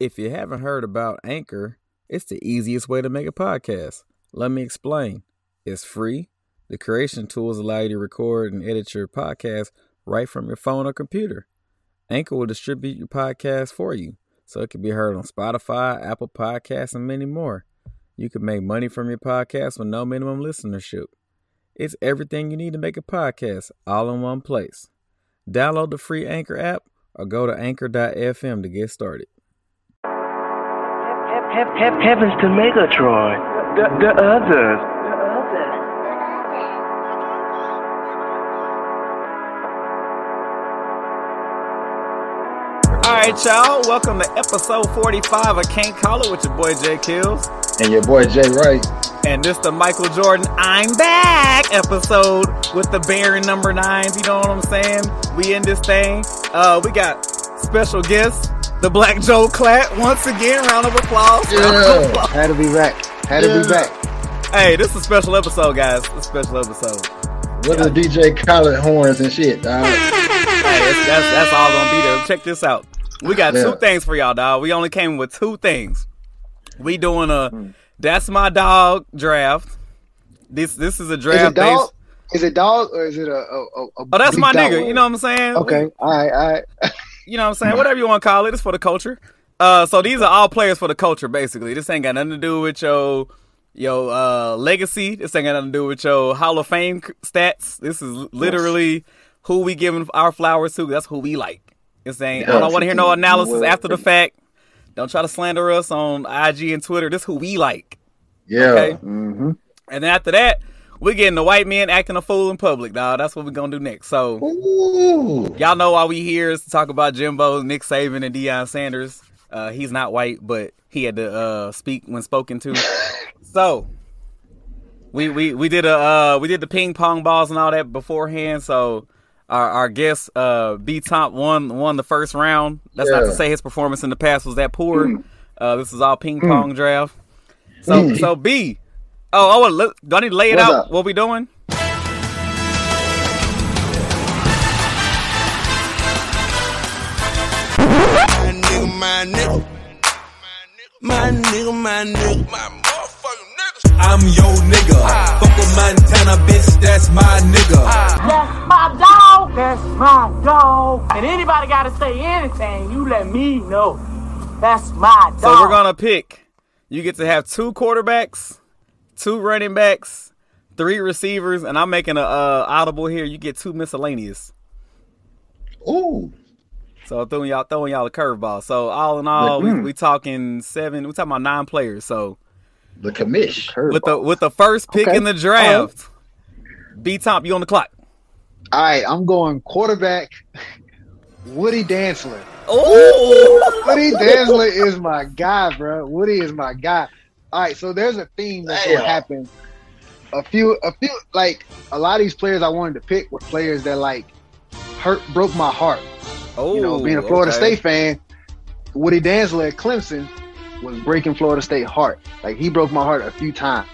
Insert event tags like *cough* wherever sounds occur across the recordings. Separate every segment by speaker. Speaker 1: If you haven't heard about Anchor, it's the easiest way to make a podcast. Let me explain. It's free. The creation tools allow you to record and edit your podcast right from your phone or computer. Anchor will distribute your podcast for you, so it can be heard on Spotify, Apple Podcasts, and many more. You can make money from your podcast with no minimum listenership. It's everything you need to make a podcast all in one place. Download the free Anchor app or go to anchor.fm to get started.
Speaker 2: He- he- heavens to Megatron, the, the others.
Speaker 1: All right, y'all. Welcome to episode 45 of Can't Call It with your boy Jay Kills.
Speaker 3: And your boy Jay Wright.
Speaker 1: And this the Michael Jordan I'm Back episode with the Baron number nines. You know what I'm saying? We in this thing. Uh, we got special guests, the Black Joe Clatt. Once again, round of applause. Round of
Speaker 3: Yeah. Had to be back. Had to be
Speaker 1: Yeah.
Speaker 3: back.
Speaker 1: *laughs* Hey, this is a special episode, guys. It's a special episode.
Speaker 3: With the DJ Khaled horns and shit, dog.
Speaker 1: Hey, it's- that's, that's all gonna be there. Check this out. We got
Speaker 3: Yeah.
Speaker 1: two things for y'all, dog. We only came with two things. We doing a that's my dog draft. This this is a
Speaker 4: Is
Speaker 1: draft.
Speaker 4: it dog?
Speaker 1: based-
Speaker 4: Is it dog or is it a? a, a, a
Speaker 1: Oh, that's
Speaker 4: big
Speaker 1: my
Speaker 4: dog?
Speaker 1: nigga. You know what I'm saying?
Speaker 4: Okay. All right. All right.
Speaker 1: You know what I'm saying? Whatever you want to call it, it's for the culture. Uh, so these are all players for the culture, basically. This ain't got nothing to do with your your uh, legacy. This ain't got nothing to do with your Hall of Fame c- stats. This is literally who we giving our flowers to. That's who we like. This ain't. I don't want to hear no analysis after the fact. Don't try to slander us on IG and Twitter. This who we like.
Speaker 3: Yeah.
Speaker 1: Okay. And then after that, we're getting the white men acting a fool in public, dog. That's what we're gonna do next. So y'all know why we here is to talk about Jimbo, Nick Saban, and Deion Sanders. Uh, he's not white, but he had to uh, speak when spoken
Speaker 4: *laughs*
Speaker 1: to. so we, we we did a uh, we did the ping pong balls and all that beforehand. So our our guest uh, B Top won won the first round. That's not to
Speaker 3: Yeah.
Speaker 1: say his performance in the past was that poor.
Speaker 4: Hmm.
Speaker 1: Uh, this is all ping pong draft. So so B. Oh, oh, look, do I need to lay it
Speaker 4: What's
Speaker 1: out?
Speaker 4: up?
Speaker 1: What we doing?
Speaker 5: My nigga, my nigga. My nigga, my nigga. My motherfucking nigga.
Speaker 6: I'm your nigga.
Speaker 7: Ah.
Speaker 6: Fuck with Montana, bitch, that's my nigga.
Speaker 8: That's my dog. That's my dog. And anybody got to say anything, you let me know. That's my dog.
Speaker 1: So we're gonna pick. You get to have two quarterbacks, two running backs, three receivers, and I'm making a uh, audible here. You get two miscellaneous.
Speaker 3: Ooh.
Speaker 1: So I'm throwing y'all throwing y'all a curveball. So all in all,
Speaker 4: Mm.
Speaker 1: we, we talking seven. We talking about nine players. So
Speaker 3: The commish.
Speaker 1: with the with the first pick
Speaker 4: Okay. Oh.
Speaker 1: in the draft, B Top, you on the clock.
Speaker 4: All right. I'm going quarterback. Woody Dantzler.
Speaker 1: Oh,
Speaker 4: Woody Dantzler is my guy, bro. Woody is my guy. All right. So there's a theme that's
Speaker 3: Damn.
Speaker 4: gonna happen. A few, a few, like a lot of these players I wanted to pick were players that like hurt, broke my heart.
Speaker 1: oh,
Speaker 4: you know, being a Florida
Speaker 1: okay.
Speaker 4: State fan, Woody Danzler at Clemson was breaking Florida State heart. Like he broke my heart a few times.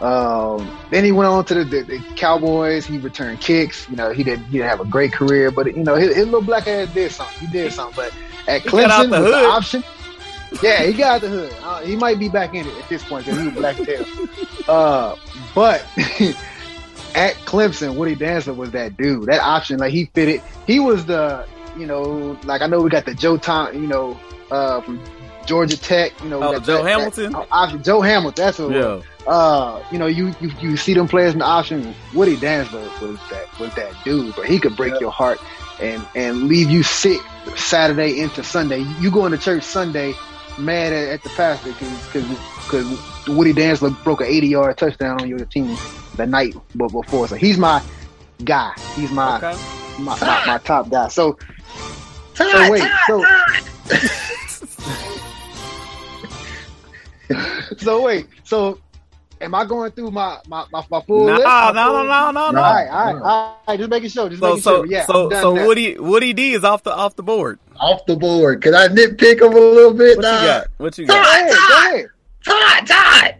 Speaker 4: Um, then he went on to the, the, the Cowboys. He returned kicks. You know, he didn't he didn't have a great career, but you know, his, his little black ass did something. He did something. But at
Speaker 1: got out
Speaker 4: Clemson
Speaker 1: the
Speaker 4: was the
Speaker 1: hood.
Speaker 4: option. Yeah, he got out the hood. Uh, he might be back in it at this point because he was black tail. Uh, but *laughs* at Clemson, Woody Danzler was that dude. That option, like he fitted. He was the, you know, like I know we got the Joe Tom, you know, uh, from Georgia Tech. You know, we
Speaker 1: Oh,
Speaker 4: got
Speaker 1: Joe
Speaker 4: that- that
Speaker 1: Hamilton?
Speaker 4: option. Joe Hamilton. That's what. it was.
Speaker 1: Yeah.
Speaker 4: Uh, you know, you, you you see them players in the option. Woody Danzler was that was that dude, but he could break your heart and and leave you sick Saturday into Sunday. You going to church Sunday mad at, at the pastor because because Woody Danzler broke an 80 yard touchdown on your team the night be- before. So he's my guy. He's my
Speaker 1: Okay.
Speaker 4: my, my, my top guy. So so wait so. *laughs* so wait, so am I going through my my my, my full
Speaker 1: No,
Speaker 4: list?
Speaker 1: no,
Speaker 4: My full-
Speaker 1: no, no, no,
Speaker 4: All
Speaker 1: no.
Speaker 4: right, all right, all right. Just making sure. Just
Speaker 1: So
Speaker 4: making
Speaker 1: so
Speaker 4: sure. Yeah.
Speaker 1: so
Speaker 4: I'm done
Speaker 1: so
Speaker 4: now.
Speaker 1: Woody Woody D is off the off the board.
Speaker 3: Off the board. Could I nitpick him a little bit?
Speaker 1: What you
Speaker 3: Nah.
Speaker 1: got? What you
Speaker 4: Go
Speaker 1: got?
Speaker 4: ahead, go ahead.
Speaker 3: Todd, Todd.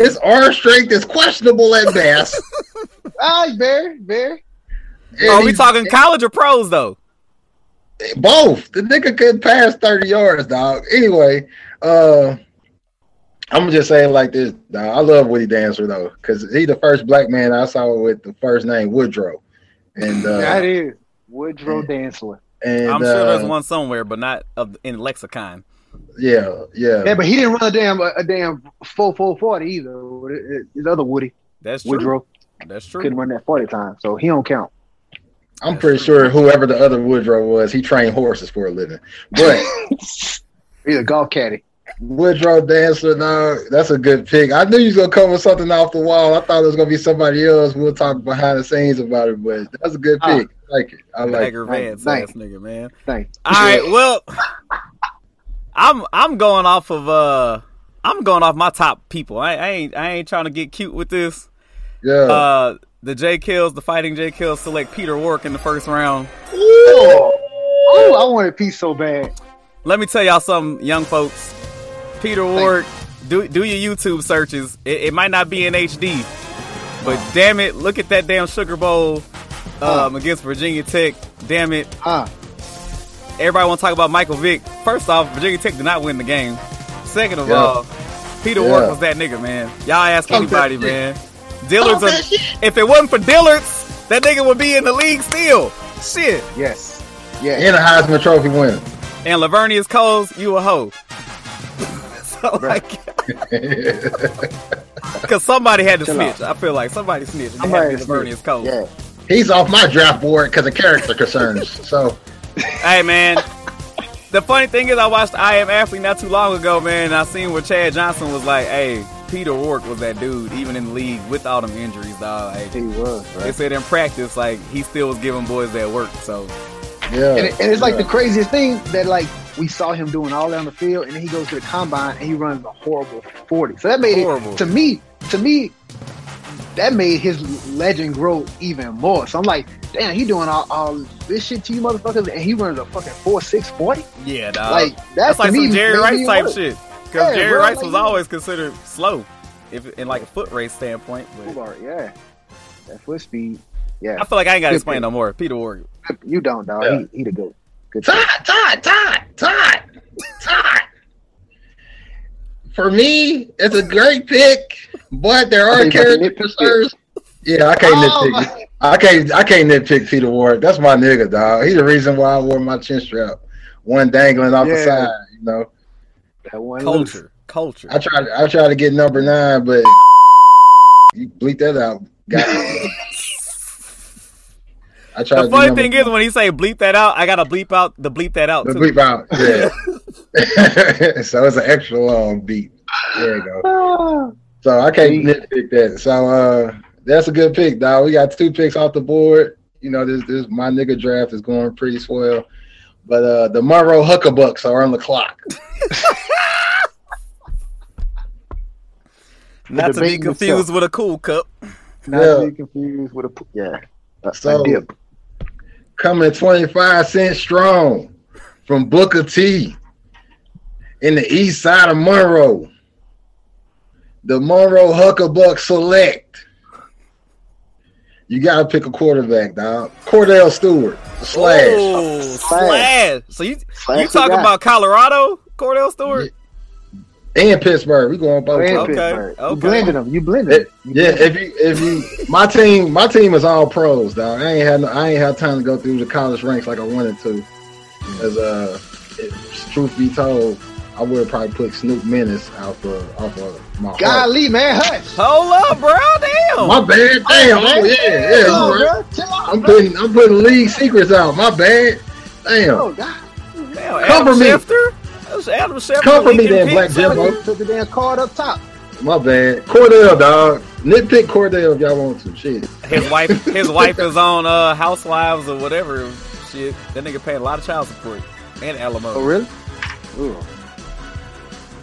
Speaker 3: His arm strength is questionable at best. *laughs*
Speaker 4: All right, Barry, Barry.
Speaker 3: And
Speaker 1: Are Oh, we
Speaker 3: he's-
Speaker 1: talking college or pros though?
Speaker 3: Both. The nigga could pass 30 yards, dog. Anyway, uh I'm gonna just say it like this, dog. I love Woody Dancer though, because he the first black man I saw with the first name Woodrow. And uh
Speaker 4: that is Woodrow Dancer.
Speaker 3: and
Speaker 1: I'm sure there's
Speaker 3: uh,
Speaker 1: one somewhere, but not of, in lexicon.
Speaker 3: Yeah, yeah.
Speaker 4: Yeah, but he didn't run a damn a, a damn four four forty either. His other Woody
Speaker 1: That's true.
Speaker 4: Woodrow
Speaker 1: That's true.
Speaker 4: couldn't run that forty time, so he don't count.
Speaker 3: I'm pretty sure whoever the other Woodrow was, he trained horses for a living. But
Speaker 4: He's a golf caddy.
Speaker 3: Woodrow Dancer, no, that's a good pick. I knew you was gonna come with something off the wall. I thought it was gonna be somebody else. We'll talk behind the scenes about it, but that's a good
Speaker 4: Ah.
Speaker 3: pick. I like it. I like it.
Speaker 1: Bagger
Speaker 4: like,
Speaker 1: Vance
Speaker 4: like-
Speaker 1: ass nigga, man.
Speaker 4: Thing.
Speaker 1: All
Speaker 3: *laughs*
Speaker 1: right, well, I'm I'm going off of uh, I'm going off my top people. I, I ain't I ain't trying to get cute with this.
Speaker 3: Yeah.
Speaker 1: Uh, the J Kills, the Fighting J Kills, select Peter Work in the first round.
Speaker 4: Oh, I wanted peace so bad.
Speaker 1: Let me tell y'all something, young folks. Peter Ward, do do your YouTube searches. It, it might not be in HD, but damn it, look at that damn Sugar Bowl um, against Virginia Tech. Damn it,
Speaker 4: Huh?
Speaker 1: everybody want to talk about Michael Vick. First off, Virginia Tech did not win the game. Second of
Speaker 3: Yeah.
Speaker 1: all, Peter
Speaker 3: Yeah.
Speaker 1: Ward was that nigga, man. Y'all ask
Speaker 3: Talk that
Speaker 1: anybody,
Speaker 3: shit.
Speaker 1: man. Dillard's, a, if it wasn't for Dillard's, that nigga would be in the league still. Shit.
Speaker 4: Yes. Yes.
Speaker 3: and a Heisman Trophy winner.
Speaker 1: And Lavernius Coles, you a hoe. *laughs* so like. *laughs* Because somebody had to
Speaker 4: Chill
Speaker 1: snitch. I feel like somebody snitched. It had to be
Speaker 4: Somebody
Speaker 1: Lavernius Cole.
Speaker 4: Yeah.
Speaker 3: He's off my draft board because of character concerns. So
Speaker 1: Hey, man. the funny thing is, I watched I Am Athlete not too long ago, man, and I seen where Chad Johnson was like, hey, Peter Rourke was that dude, even in the league with all them injuries, dog. Like,
Speaker 4: He was.
Speaker 1: they said in practice, like, he still was giving boys that work. So,
Speaker 3: yeah,
Speaker 4: And, it- and it's like
Speaker 3: yeah.
Speaker 4: the craziest thing that like we saw him doing all that on the field, and then he goes to the combine and he runs a horrible forty. So that made
Speaker 1: Horrible.
Speaker 4: it to me. To me, that made his legend grow even more. So I'm like, damn, he doing all, all this shit to you motherfuckers, and he runs a fucking four six forty.
Speaker 1: yeah, dog.
Speaker 4: Like
Speaker 1: Uh, That's
Speaker 4: that's,
Speaker 1: like
Speaker 4: to me,
Speaker 1: some Jerry
Speaker 4: made
Speaker 1: Rice
Speaker 4: me
Speaker 1: type
Speaker 4: work.
Speaker 1: shit. Because
Speaker 4: Yeah,
Speaker 1: Jerry
Speaker 4: bro,
Speaker 1: Rice
Speaker 4: like,
Speaker 1: was
Speaker 4: you-
Speaker 1: always considered slow, if in like a foot race standpoint.
Speaker 4: Full
Speaker 1: But
Speaker 4: guard, Yeah, that foot speed.
Speaker 1: I
Speaker 4: Yeah,
Speaker 1: feel like I ain't got to
Speaker 4: Good
Speaker 1: explain
Speaker 4: pick.
Speaker 1: no more. Peter Warrior.
Speaker 4: you don't dog.
Speaker 3: Yeah.
Speaker 4: He, he the goat. Good.
Speaker 3: Todd, Todd, Todd, Todd, Todd. For me, it's a great pick, but there
Speaker 4: I
Speaker 3: are
Speaker 4: think you about to
Speaker 3: character
Speaker 4: nitpick it.
Speaker 3: concerns. Yeah, I can't
Speaker 4: Oh,
Speaker 3: nitpick.
Speaker 4: my-
Speaker 3: I can't I can't nitpick Peter Ward. That's my nigga, dog. He's the reason why I wore my chin strap, one dangling off the
Speaker 4: Yeah.
Speaker 3: side. You know,
Speaker 4: that one loose.
Speaker 1: Culture. Culture.
Speaker 3: I tried I tried to get number nine, but you bleep
Speaker 1: *laughs*
Speaker 3: that out. God. I
Speaker 1: The
Speaker 3: tried. to do
Speaker 1: funny
Speaker 3: number
Speaker 1: thing is, when he say bleep that out, I got to bleep out the bleep that out
Speaker 3: the
Speaker 1: too.
Speaker 3: bleep out. Yeah. *laughs* so it's an extra long beat. There you go.
Speaker 4: Ah.
Speaker 3: So I can't nitpick that. So uh, that's a good pick, dog. We got two picks off the board. You know, this this my nigga draft is going pretty swell. But uh the Monroe Huckabucks are on the clock.
Speaker 1: Not to be
Speaker 4: Debating
Speaker 1: confused with a cool cup.
Speaker 4: Not
Speaker 3: Yeah.
Speaker 4: to be confused with a p- yeah. A, a
Speaker 3: So-
Speaker 4: dip.
Speaker 3: Coming 25 cents strong from Booker T in the east side of Monroe. The Monroe Huckabuck select. You gotta pick a quarterback, dog. Cordell Stewart. Slash.
Speaker 1: Oh, slash.
Speaker 4: Slash.
Speaker 1: So you
Speaker 4: Slash
Speaker 1: you talking
Speaker 4: the guy.
Speaker 1: about Colorado, Cordell Stewart?
Speaker 3: And Pittsburgh. We going both.
Speaker 4: And
Speaker 1: Okay,
Speaker 4: Pittsburgh.
Speaker 1: okay.
Speaker 4: You blended them. You blended
Speaker 3: It-
Speaker 4: them. You
Speaker 3: yeah,
Speaker 4: blended
Speaker 3: if you if you my team my team is all pros, dog. I ain't had no, I ain't had time to go through the college ranks like I wanted to.
Speaker 4: Mm.
Speaker 3: As uh, it, truth be told, I would probably put Snoop Menace out the off of my
Speaker 4: them.
Speaker 3: heart.
Speaker 4: Golly, man, hush.
Speaker 1: Hold up, bro. Damn.
Speaker 3: My bad, damn. Oh yeah, yeah.
Speaker 4: Come on,
Speaker 3: You right.
Speaker 4: bro. Chill out,
Speaker 3: I'm
Speaker 4: bro.
Speaker 3: putting I'm putting league secrets out. My bad, damn.
Speaker 4: Oh, God.
Speaker 1: Damn,
Speaker 3: cover
Speaker 1: Adam
Speaker 3: me.
Speaker 1: Schefter. That's Adam Schefter.
Speaker 3: Cover me
Speaker 1: leaking
Speaker 3: then,
Speaker 1: picks.
Speaker 3: Black Jimbo.
Speaker 4: You Took the damn card up top.
Speaker 3: My bad, Cordell, dog. Nitpick Cordell if y'all want to. Shit.
Speaker 4: *laughs*
Speaker 1: His wife, his wife is on uh, Housewives or whatever shit. That nigga paid a lot of child support and alimony.
Speaker 4: Oh, really? Ooh.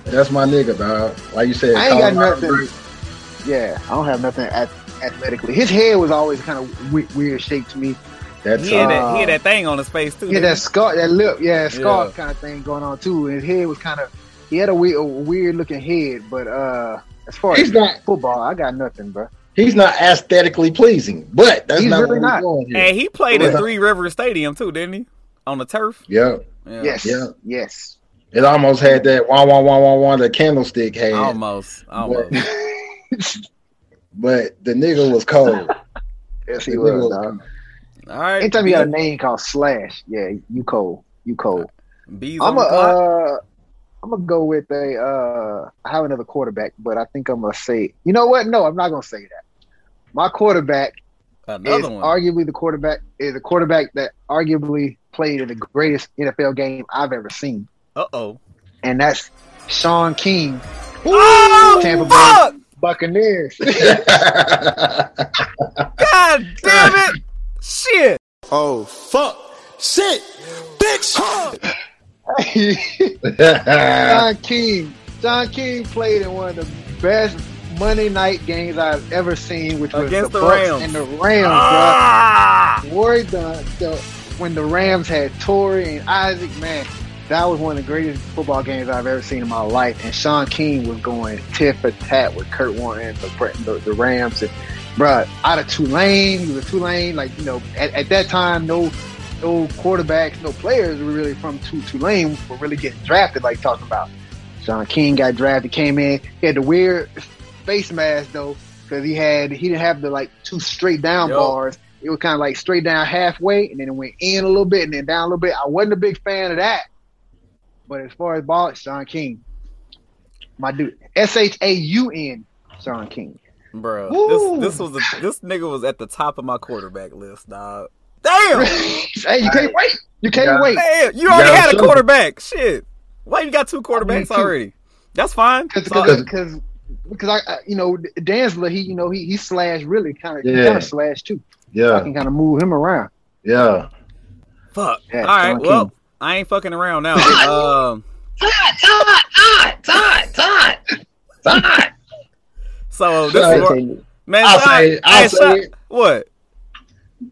Speaker 3: That's my nigga, dog. Like you said,
Speaker 4: I ain't got
Speaker 3: Colorado
Speaker 4: nothing. Yeah, I don't have nothing at, athletically. His hair was always kind of we- weird shape to me.
Speaker 3: That's
Speaker 1: He had,
Speaker 3: all.
Speaker 1: that, he had that thing on his face too.
Speaker 4: He had that scar, that lip, yeah, scarf
Speaker 1: Yeah.
Speaker 4: kind of thing going on too. His head was kind of, he had a weird, a weird looking head. But uh as far
Speaker 3: He's
Speaker 4: as
Speaker 3: not-
Speaker 4: football, I got nothing, bro.
Speaker 3: He's not aesthetically pleasing, but that's
Speaker 4: He's
Speaker 3: not
Speaker 4: really
Speaker 3: what
Speaker 4: not.
Speaker 3: we're going here.
Speaker 1: And he played at
Speaker 3: Yeah.
Speaker 1: Three River Stadium too, didn't he? on the turf.
Speaker 3: Yeah,
Speaker 1: Yeah.
Speaker 4: Yes.
Speaker 3: Yeah. *laughs*
Speaker 4: Yes.
Speaker 3: it almost had that wah wah wah wah wah the candlestick had,
Speaker 1: Almost. Almost.
Speaker 3: *laughs* but the nigga
Speaker 4: *laughs*
Speaker 3: was cold. *laughs*
Speaker 4: Yes,
Speaker 3: It
Speaker 4: he was.
Speaker 3: was.
Speaker 4: dog.
Speaker 1: All right.
Speaker 4: Anytime you got a
Speaker 1: Beez-
Speaker 4: name called Slash, yeah, you cold. You cold.
Speaker 1: Beez on
Speaker 4: I'm a,
Speaker 1: the clock.
Speaker 4: uh, I'm gonna go with a. Uh, I have another quarterback, but I think I'm gonna say. You know what? No, I'm not gonna say that. My quarterback uh, is
Speaker 1: Another one.
Speaker 4: arguably the quarterback is a quarterback that arguably played in the greatest NFL game I've ever seen,
Speaker 1: uh oh.
Speaker 4: and that's Sean King,
Speaker 1: Oh
Speaker 4: Tampa Bay.
Speaker 1: fuck!
Speaker 4: *laughs* Buccaneers.
Speaker 1: God damn
Speaker 4: *laughs*
Speaker 1: it! Shit!
Speaker 5: Oh, fuck. Shit. Bitch.
Speaker 4: John King. John King played in one of the best Monday night games I've ever seen, which was
Speaker 1: Against
Speaker 4: the,
Speaker 1: the
Speaker 4: Bucks
Speaker 1: Rams.
Speaker 4: and the Rams,
Speaker 1: Ah!
Speaker 4: bro. Worried the, the when the Rams had Torrey and Isaac, man, that was one of the greatest football games I've ever seen in my life. And Sean King was going tit for tat with Kurt Warner and the, the, the Rams. And, bruh, out of Tulane, he was Tulane. Like, you know, at, at that time, no no quarterbacks, no players were really from Tu- Tulane were really getting drafted, like talking about. Sean King got drafted, came in. He had the weird face mask though, because he had he didn't have the like two straight down
Speaker 1: Yup.
Speaker 4: bars. It was kind of like straight down halfway, and then it went in a little bit, and then down a little bit. I wasn't a big fan of that, but as far as ball, Sean King, my dude, S H A U N, Sean King. *laughs*
Speaker 1: Bro,
Speaker 4: Woo!
Speaker 1: this this was a, this nigga was at the top of my quarterback list, dog. Damn,
Speaker 4: hey, you can't wait. You can't
Speaker 3: Yeah.
Speaker 4: wait.
Speaker 1: damn, you already
Speaker 3: Yeah,
Speaker 1: had a
Speaker 3: sure.
Speaker 1: quarterback. Shit, why you got two
Speaker 4: mean,
Speaker 1: quarterbacks
Speaker 4: two.
Speaker 1: already? That's fine. It's all-
Speaker 4: because because because I, I you know Danzler he you know he he slashed really kind of
Speaker 3: Yeah.
Speaker 4: kind of slashed too. I
Speaker 3: yeah,
Speaker 4: can kind of move him around.
Speaker 3: yeah.
Speaker 1: Fuck.
Speaker 4: Yeah,
Speaker 1: all right,
Speaker 4: Sean
Speaker 1: well,
Speaker 4: King.
Speaker 1: I ain't fucking around
Speaker 3: *laughs*
Speaker 1: now. um, so this
Speaker 3: Sorry,
Speaker 1: is where,
Speaker 3: King.
Speaker 1: man.
Speaker 3: I'll
Speaker 1: Sean-
Speaker 3: say it.
Speaker 1: *laughs*
Speaker 3: I'll
Speaker 1: hey,
Speaker 3: say
Speaker 1: Sean-
Speaker 3: it.
Speaker 1: What?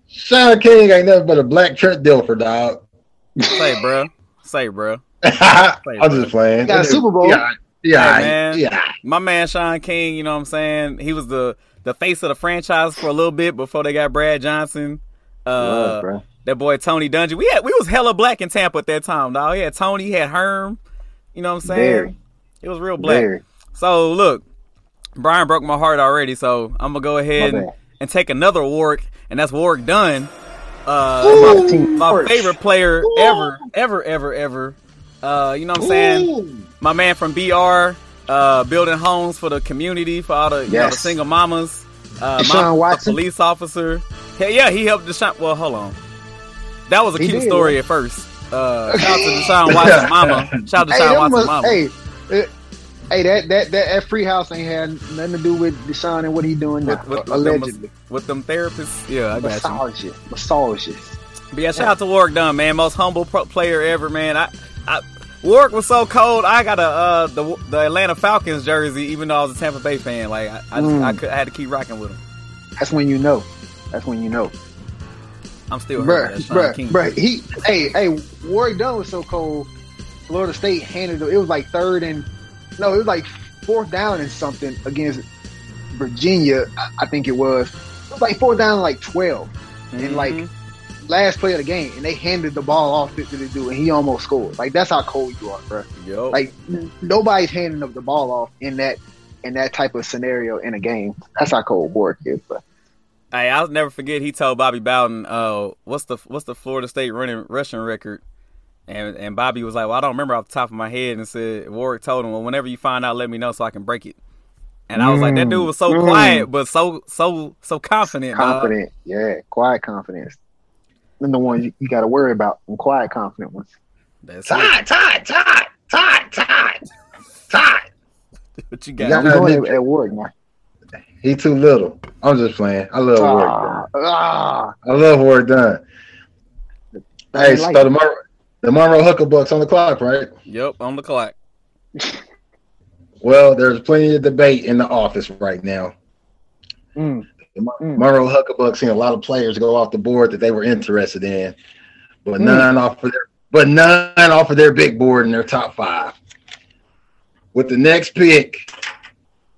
Speaker 3: Sean King ain't nothing but a black Trent Dilfer, dog. *laughs*
Speaker 1: Say, bro. Say, bro.
Speaker 3: I'm just playing.
Speaker 4: He got a Super Bowl.
Speaker 3: Yeah,
Speaker 1: Hey,
Speaker 3: yeah,
Speaker 1: man.
Speaker 3: yeah.
Speaker 1: my man Sean King, you know what I'm saying? He was the the face of the franchise for a little bit before they got Brad Johnson. Uh,
Speaker 4: bro.
Speaker 1: that boy Tony Dungy. We had we was hella black in Tampa at that time, dog. He had Tony, he had Herm. You know what I'm saying?
Speaker 4: Very.
Speaker 1: It was real black.
Speaker 4: Larry.
Speaker 1: So look, Brian broke my heart already, so I'm gonna go ahead
Speaker 4: My
Speaker 1: and,
Speaker 4: bad.
Speaker 1: and take another Warwick, and that's Warwick Dunn. Uh,
Speaker 4: Ooh. Team
Speaker 1: my
Speaker 4: Warwick.
Speaker 1: favorite player ever, ever, ever, ever. Uh, you know what I'm saying? my man from BR, uh, building homes for the community, for all the, you know, the
Speaker 4: Yes.
Speaker 1: single mamas. Uh,
Speaker 4: Deshaun
Speaker 1: a
Speaker 4: Watson?
Speaker 1: police officer. Hey, yeah, he helped Deshaun. Well, hold on. That was a
Speaker 4: He
Speaker 1: cute
Speaker 4: did.
Speaker 1: story at first. Uh, shout out
Speaker 4: *laughs*
Speaker 1: to Deshaun Watson mama. Shout out to
Speaker 4: Hey,
Speaker 1: Deshaun
Speaker 4: them
Speaker 1: Watson
Speaker 4: must-
Speaker 1: mama.
Speaker 4: hey, uh, hey, that that that, that free house ain't had nothing to do with Deshaun and what he doing now.
Speaker 1: With, with, with, them,
Speaker 4: allegedly,
Speaker 1: with them therapists. Yeah, I got you.
Speaker 4: massages, massages.
Speaker 1: But yeah, shout out to Warwick Dunn, man. Most humble pro- player ever, man. I, I, Warwick was so cold. I got a uh, the the Atlanta Falcons jersey, even though I was a Tampa Bay fan. Like I, I, just,
Speaker 4: Mm.
Speaker 1: I, could, I had to keep rocking with him.
Speaker 4: That's when you know. That's when you know,
Speaker 1: I'm still hurt.
Speaker 4: bruh,
Speaker 1: with that Sean
Speaker 4: bruh,
Speaker 1: King.
Speaker 4: bruh. He, hey, hey, Warwick Dunn was so cold. Florida State handed it was like third and no, it was like fourth down and something against Virginia. I, I think it was. It was like fourth down, and, like twelve. and like
Speaker 1: Mhm.
Speaker 4: last play of the game, and they handed the ball off to the dude, and he almost scored. Like that's how cold you are, bro.
Speaker 1: Yo.
Speaker 4: Like n- nobody's handing up the ball off in that in that type of scenario in a game. That's how cold Bork is, bro.
Speaker 1: hey, I'll never forget. He told Bobby Bowden, "Uh, what's the what's the Florida State running rushing record?" And and Bobby was like, "Well, I don't remember off the top of my head." And said Warwick told him, "Well, whenever you find out, let me know so I can break it." And I was like, "That dude was so
Speaker 4: Mm.
Speaker 1: quiet, but so so so confident." dog.
Speaker 4: Confident, yeah, quiet confidence. And the one you, you got to worry about, and quiet confident ones.
Speaker 1: That's it.
Speaker 3: Todd, Todd, Todd, Todd, Todd, Todd.
Speaker 1: what you got.
Speaker 3: Yeah.
Speaker 4: We going at, at Warwick now.
Speaker 3: He too little. I'm just playing. I love work.
Speaker 4: Ah, ah,
Speaker 3: I love work done. Hey,
Speaker 4: I like
Speaker 3: so tomorrow, the Monroe Hooker Bucks on the clock, right?
Speaker 1: Yep, on the clock.
Speaker 3: Well, there's plenty of debate in the office right now.
Speaker 4: Mm.
Speaker 3: The Mon-
Speaker 4: Mm.
Speaker 3: Monroe Huckabuck seen a lot of players go off the board that they were interested in, but
Speaker 4: Mm.
Speaker 3: none off of their but none off of their big board in their top five. With the next pick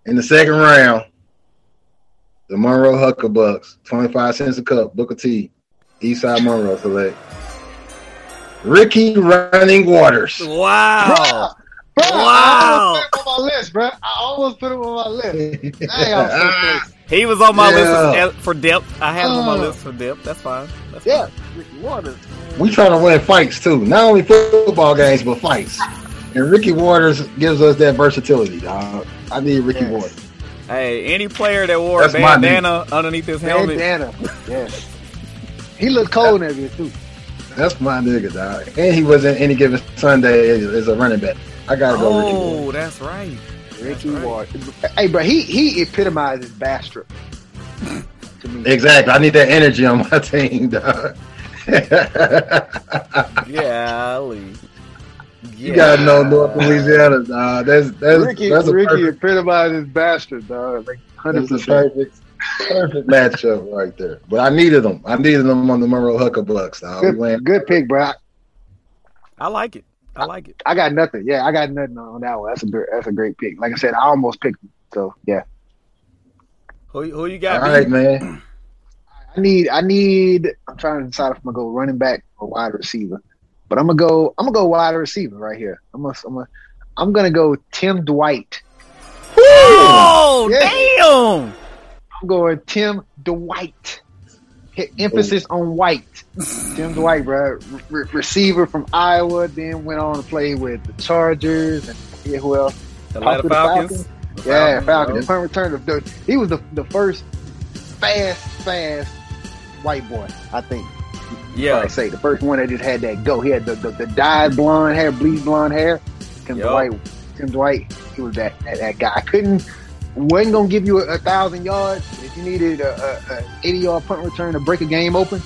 Speaker 3: in the second round, the Monroe Huckabucks, 25 cents a cup, Booker T, Eastside Monroe select. Ricky Running Waters.
Speaker 1: Wow.
Speaker 4: Bruh,
Speaker 1: Wow.
Speaker 4: I almost put him on my list, bro. I almost put him on my list.
Speaker 3: *laughs*
Speaker 4: Damn, so close.
Speaker 1: He was on my
Speaker 3: Yeah. Mm.
Speaker 1: list for depth. I had him on my
Speaker 4: Uh.
Speaker 1: list for depth. That's fine. That's
Speaker 4: yeah, Ricky Waters.
Speaker 3: We trying to win fights too, not only football games but fights. And Ricky Waters gives us that versatility, dog. I need Ricky
Speaker 4: Yes.
Speaker 3: Waters.
Speaker 1: fine. Hey, any player that wore
Speaker 3: That's
Speaker 1: a
Speaker 3: my nigga.
Speaker 1: bandana underneath his helmet.
Speaker 4: Bandana. Yes. He looked cold in that bit too.
Speaker 3: That's my nigga, dog. And he was in any given Sunday as, as a running back. I gotta go Ricky Waters.
Speaker 1: Oh, that's right.
Speaker 4: Ricky
Speaker 1: That's right.
Speaker 4: Waters. Hey, bro, he he epitomizes Bastrop. to me.
Speaker 3: Exactly. I need that energy on my *laughs* team, dog.
Speaker 1: Yeah, Ali.
Speaker 3: You gotta know North Louisiana, dog. That's that's
Speaker 4: Ricky,
Speaker 3: that's a
Speaker 4: Ricky
Speaker 3: perfect,
Speaker 4: epitomizes Bastrop, dog. Like hundred
Speaker 3: that's a
Speaker 4: percent.
Speaker 3: perfect, perfect matchup right there. But I needed them. I needed them on the Monroe Hooker Bucks, dog. We
Speaker 4: Good, *laughs*
Speaker 3: win.
Speaker 4: good pick, bro. I,
Speaker 1: I like it. I like it.
Speaker 4: I got nothing. Yeah, I got nothing on, on that one. That's a gr- that's a great pick. Like I said, I almost picked him. So yeah,
Speaker 1: Who who you
Speaker 3: All
Speaker 1: got?
Speaker 3: right,
Speaker 1: B?
Speaker 3: man.
Speaker 4: I need I need. I'm trying to decide if I'm gonna go running back or wide receiver, but I'm gonna go I'm gonna go wide receiver right here. I'm gonna I'm gonna, I'm gonna go Tim Dwight.
Speaker 1: Oh,
Speaker 4: Yeah.
Speaker 1: damn.
Speaker 4: I'm going Tim Dwight. Hit emphasis on white. Tim Dwight, bro. Re- receiver from Iowa, then went on to play with the Chargers and yeah, who else?
Speaker 1: Atlanta
Speaker 4: Falcons.
Speaker 1: Falcons. The
Speaker 4: Yeah, Falcons.
Speaker 1: Falcons.
Speaker 4: Punt return of the, he was the, the first fast, fast white boy, I think.
Speaker 1: Yeah.
Speaker 4: Like I say the first one that just had that go. He had the, the, the dyed blonde hair, bleach blonde hair. Tim
Speaker 1: Yup.
Speaker 4: Dwight, Tim Dwight, he was that that, that guy. I couldn't wasn't gonna give you a, a thousand yards but if you needed a, a, a eighty yard punt return to break a game open.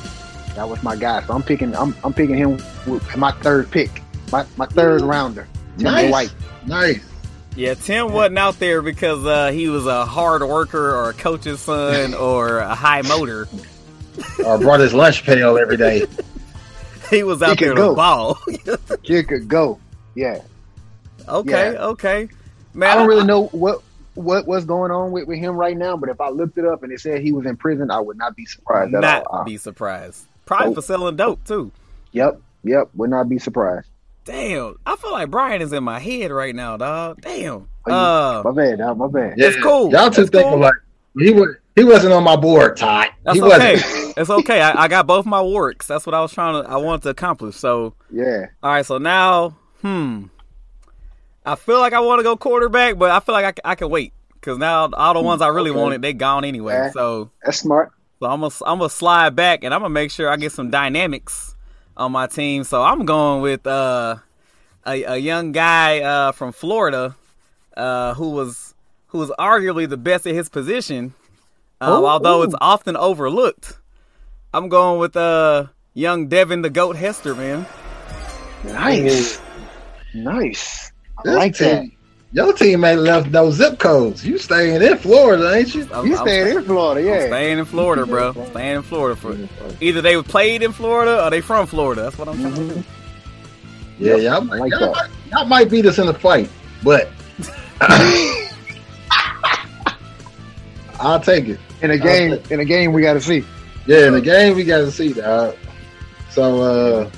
Speaker 4: That was my guy. So I'm picking I'm I'm picking him with my third pick, my my third rounder, Tim
Speaker 3: Nice.
Speaker 4: Dwight.
Speaker 3: Nice.
Speaker 1: Yeah, Tim wasn't out there because uh, he was a hard worker or a coach's
Speaker 4: *laughs*
Speaker 1: son or a high motor.
Speaker 3: or brought his lunch pail every day.
Speaker 1: He was
Speaker 4: He
Speaker 1: out
Speaker 4: could
Speaker 1: there
Speaker 4: go.
Speaker 1: to ball. *laughs*
Speaker 4: Kid could go. Yeah.
Speaker 1: okay,
Speaker 4: Yeah.
Speaker 1: okay. Man,
Speaker 4: I don't really
Speaker 1: *laughs*
Speaker 4: know what what what's going on with, with him right now, but if I looked it up and it said he was in prison, I would not be surprised at
Speaker 1: not
Speaker 4: all. Uh,
Speaker 1: be surprised. Probably
Speaker 4: Nope.
Speaker 1: for selling dope too.
Speaker 4: Yep, yep, would not be surprised.
Speaker 1: Damn, I feel like Brian is in my head right now, dog. Damn.
Speaker 4: Oh, you-
Speaker 1: Uh,
Speaker 4: My bad, dog. My bad.
Speaker 1: That's cool.
Speaker 3: Y'all two
Speaker 1: That's
Speaker 3: think
Speaker 1: cool.
Speaker 3: like he was. He wasn't on my board, Todd.
Speaker 1: that's
Speaker 3: he
Speaker 1: okay.
Speaker 3: wasn't.
Speaker 1: It's okay. I, I got both my works. That's what I was trying to. I wanted to accomplish. So,
Speaker 4: Yeah.
Speaker 1: all right. So now, hmm. I feel like I want to go quarterback, but I feel like I, c- I can wait because now all the ones I really
Speaker 4: okay.
Speaker 1: wanted they gone anyway.
Speaker 4: Yeah.
Speaker 1: So,
Speaker 4: That's smart.
Speaker 1: so I'm gonna I'm gonna slide back and I'm gonna make sure I get some dynamics on my team. So I'm going with uh, a a young guy uh, from Florida uh, who was who was arguably the best at his position, um,
Speaker 4: Oh, Ooh,
Speaker 1: although it's
Speaker 4: ooh.
Speaker 1: often overlooked. I'm going with uh, young Devin the Goat Hester, man.
Speaker 4: Nice. Nice. I
Speaker 3: This
Speaker 4: like that.
Speaker 3: team- Your teammate left no zip codes. You staying in Florida, ain't you?
Speaker 1: I'm,
Speaker 4: You
Speaker 1: I'm-
Speaker 4: staying in Florida,
Speaker 1: I'm
Speaker 4: yeah.
Speaker 1: staying in
Speaker 4: *laughs*
Speaker 1: Florida, bro. Staying in Florida for either they played in Florida or they from Florida. That's what I'm
Speaker 4: Mm-hmm.
Speaker 1: trying to do.
Speaker 3: Yeah,
Speaker 4: Yep,
Speaker 3: y'all,
Speaker 4: I
Speaker 3: might,
Speaker 4: like
Speaker 3: y'all,
Speaker 4: that.
Speaker 3: might, y'all might beat us in the fight, but I'll take it.
Speaker 4: In a game, in a game, we got to see.
Speaker 3: Yeah, in the game we got to see that. So uh,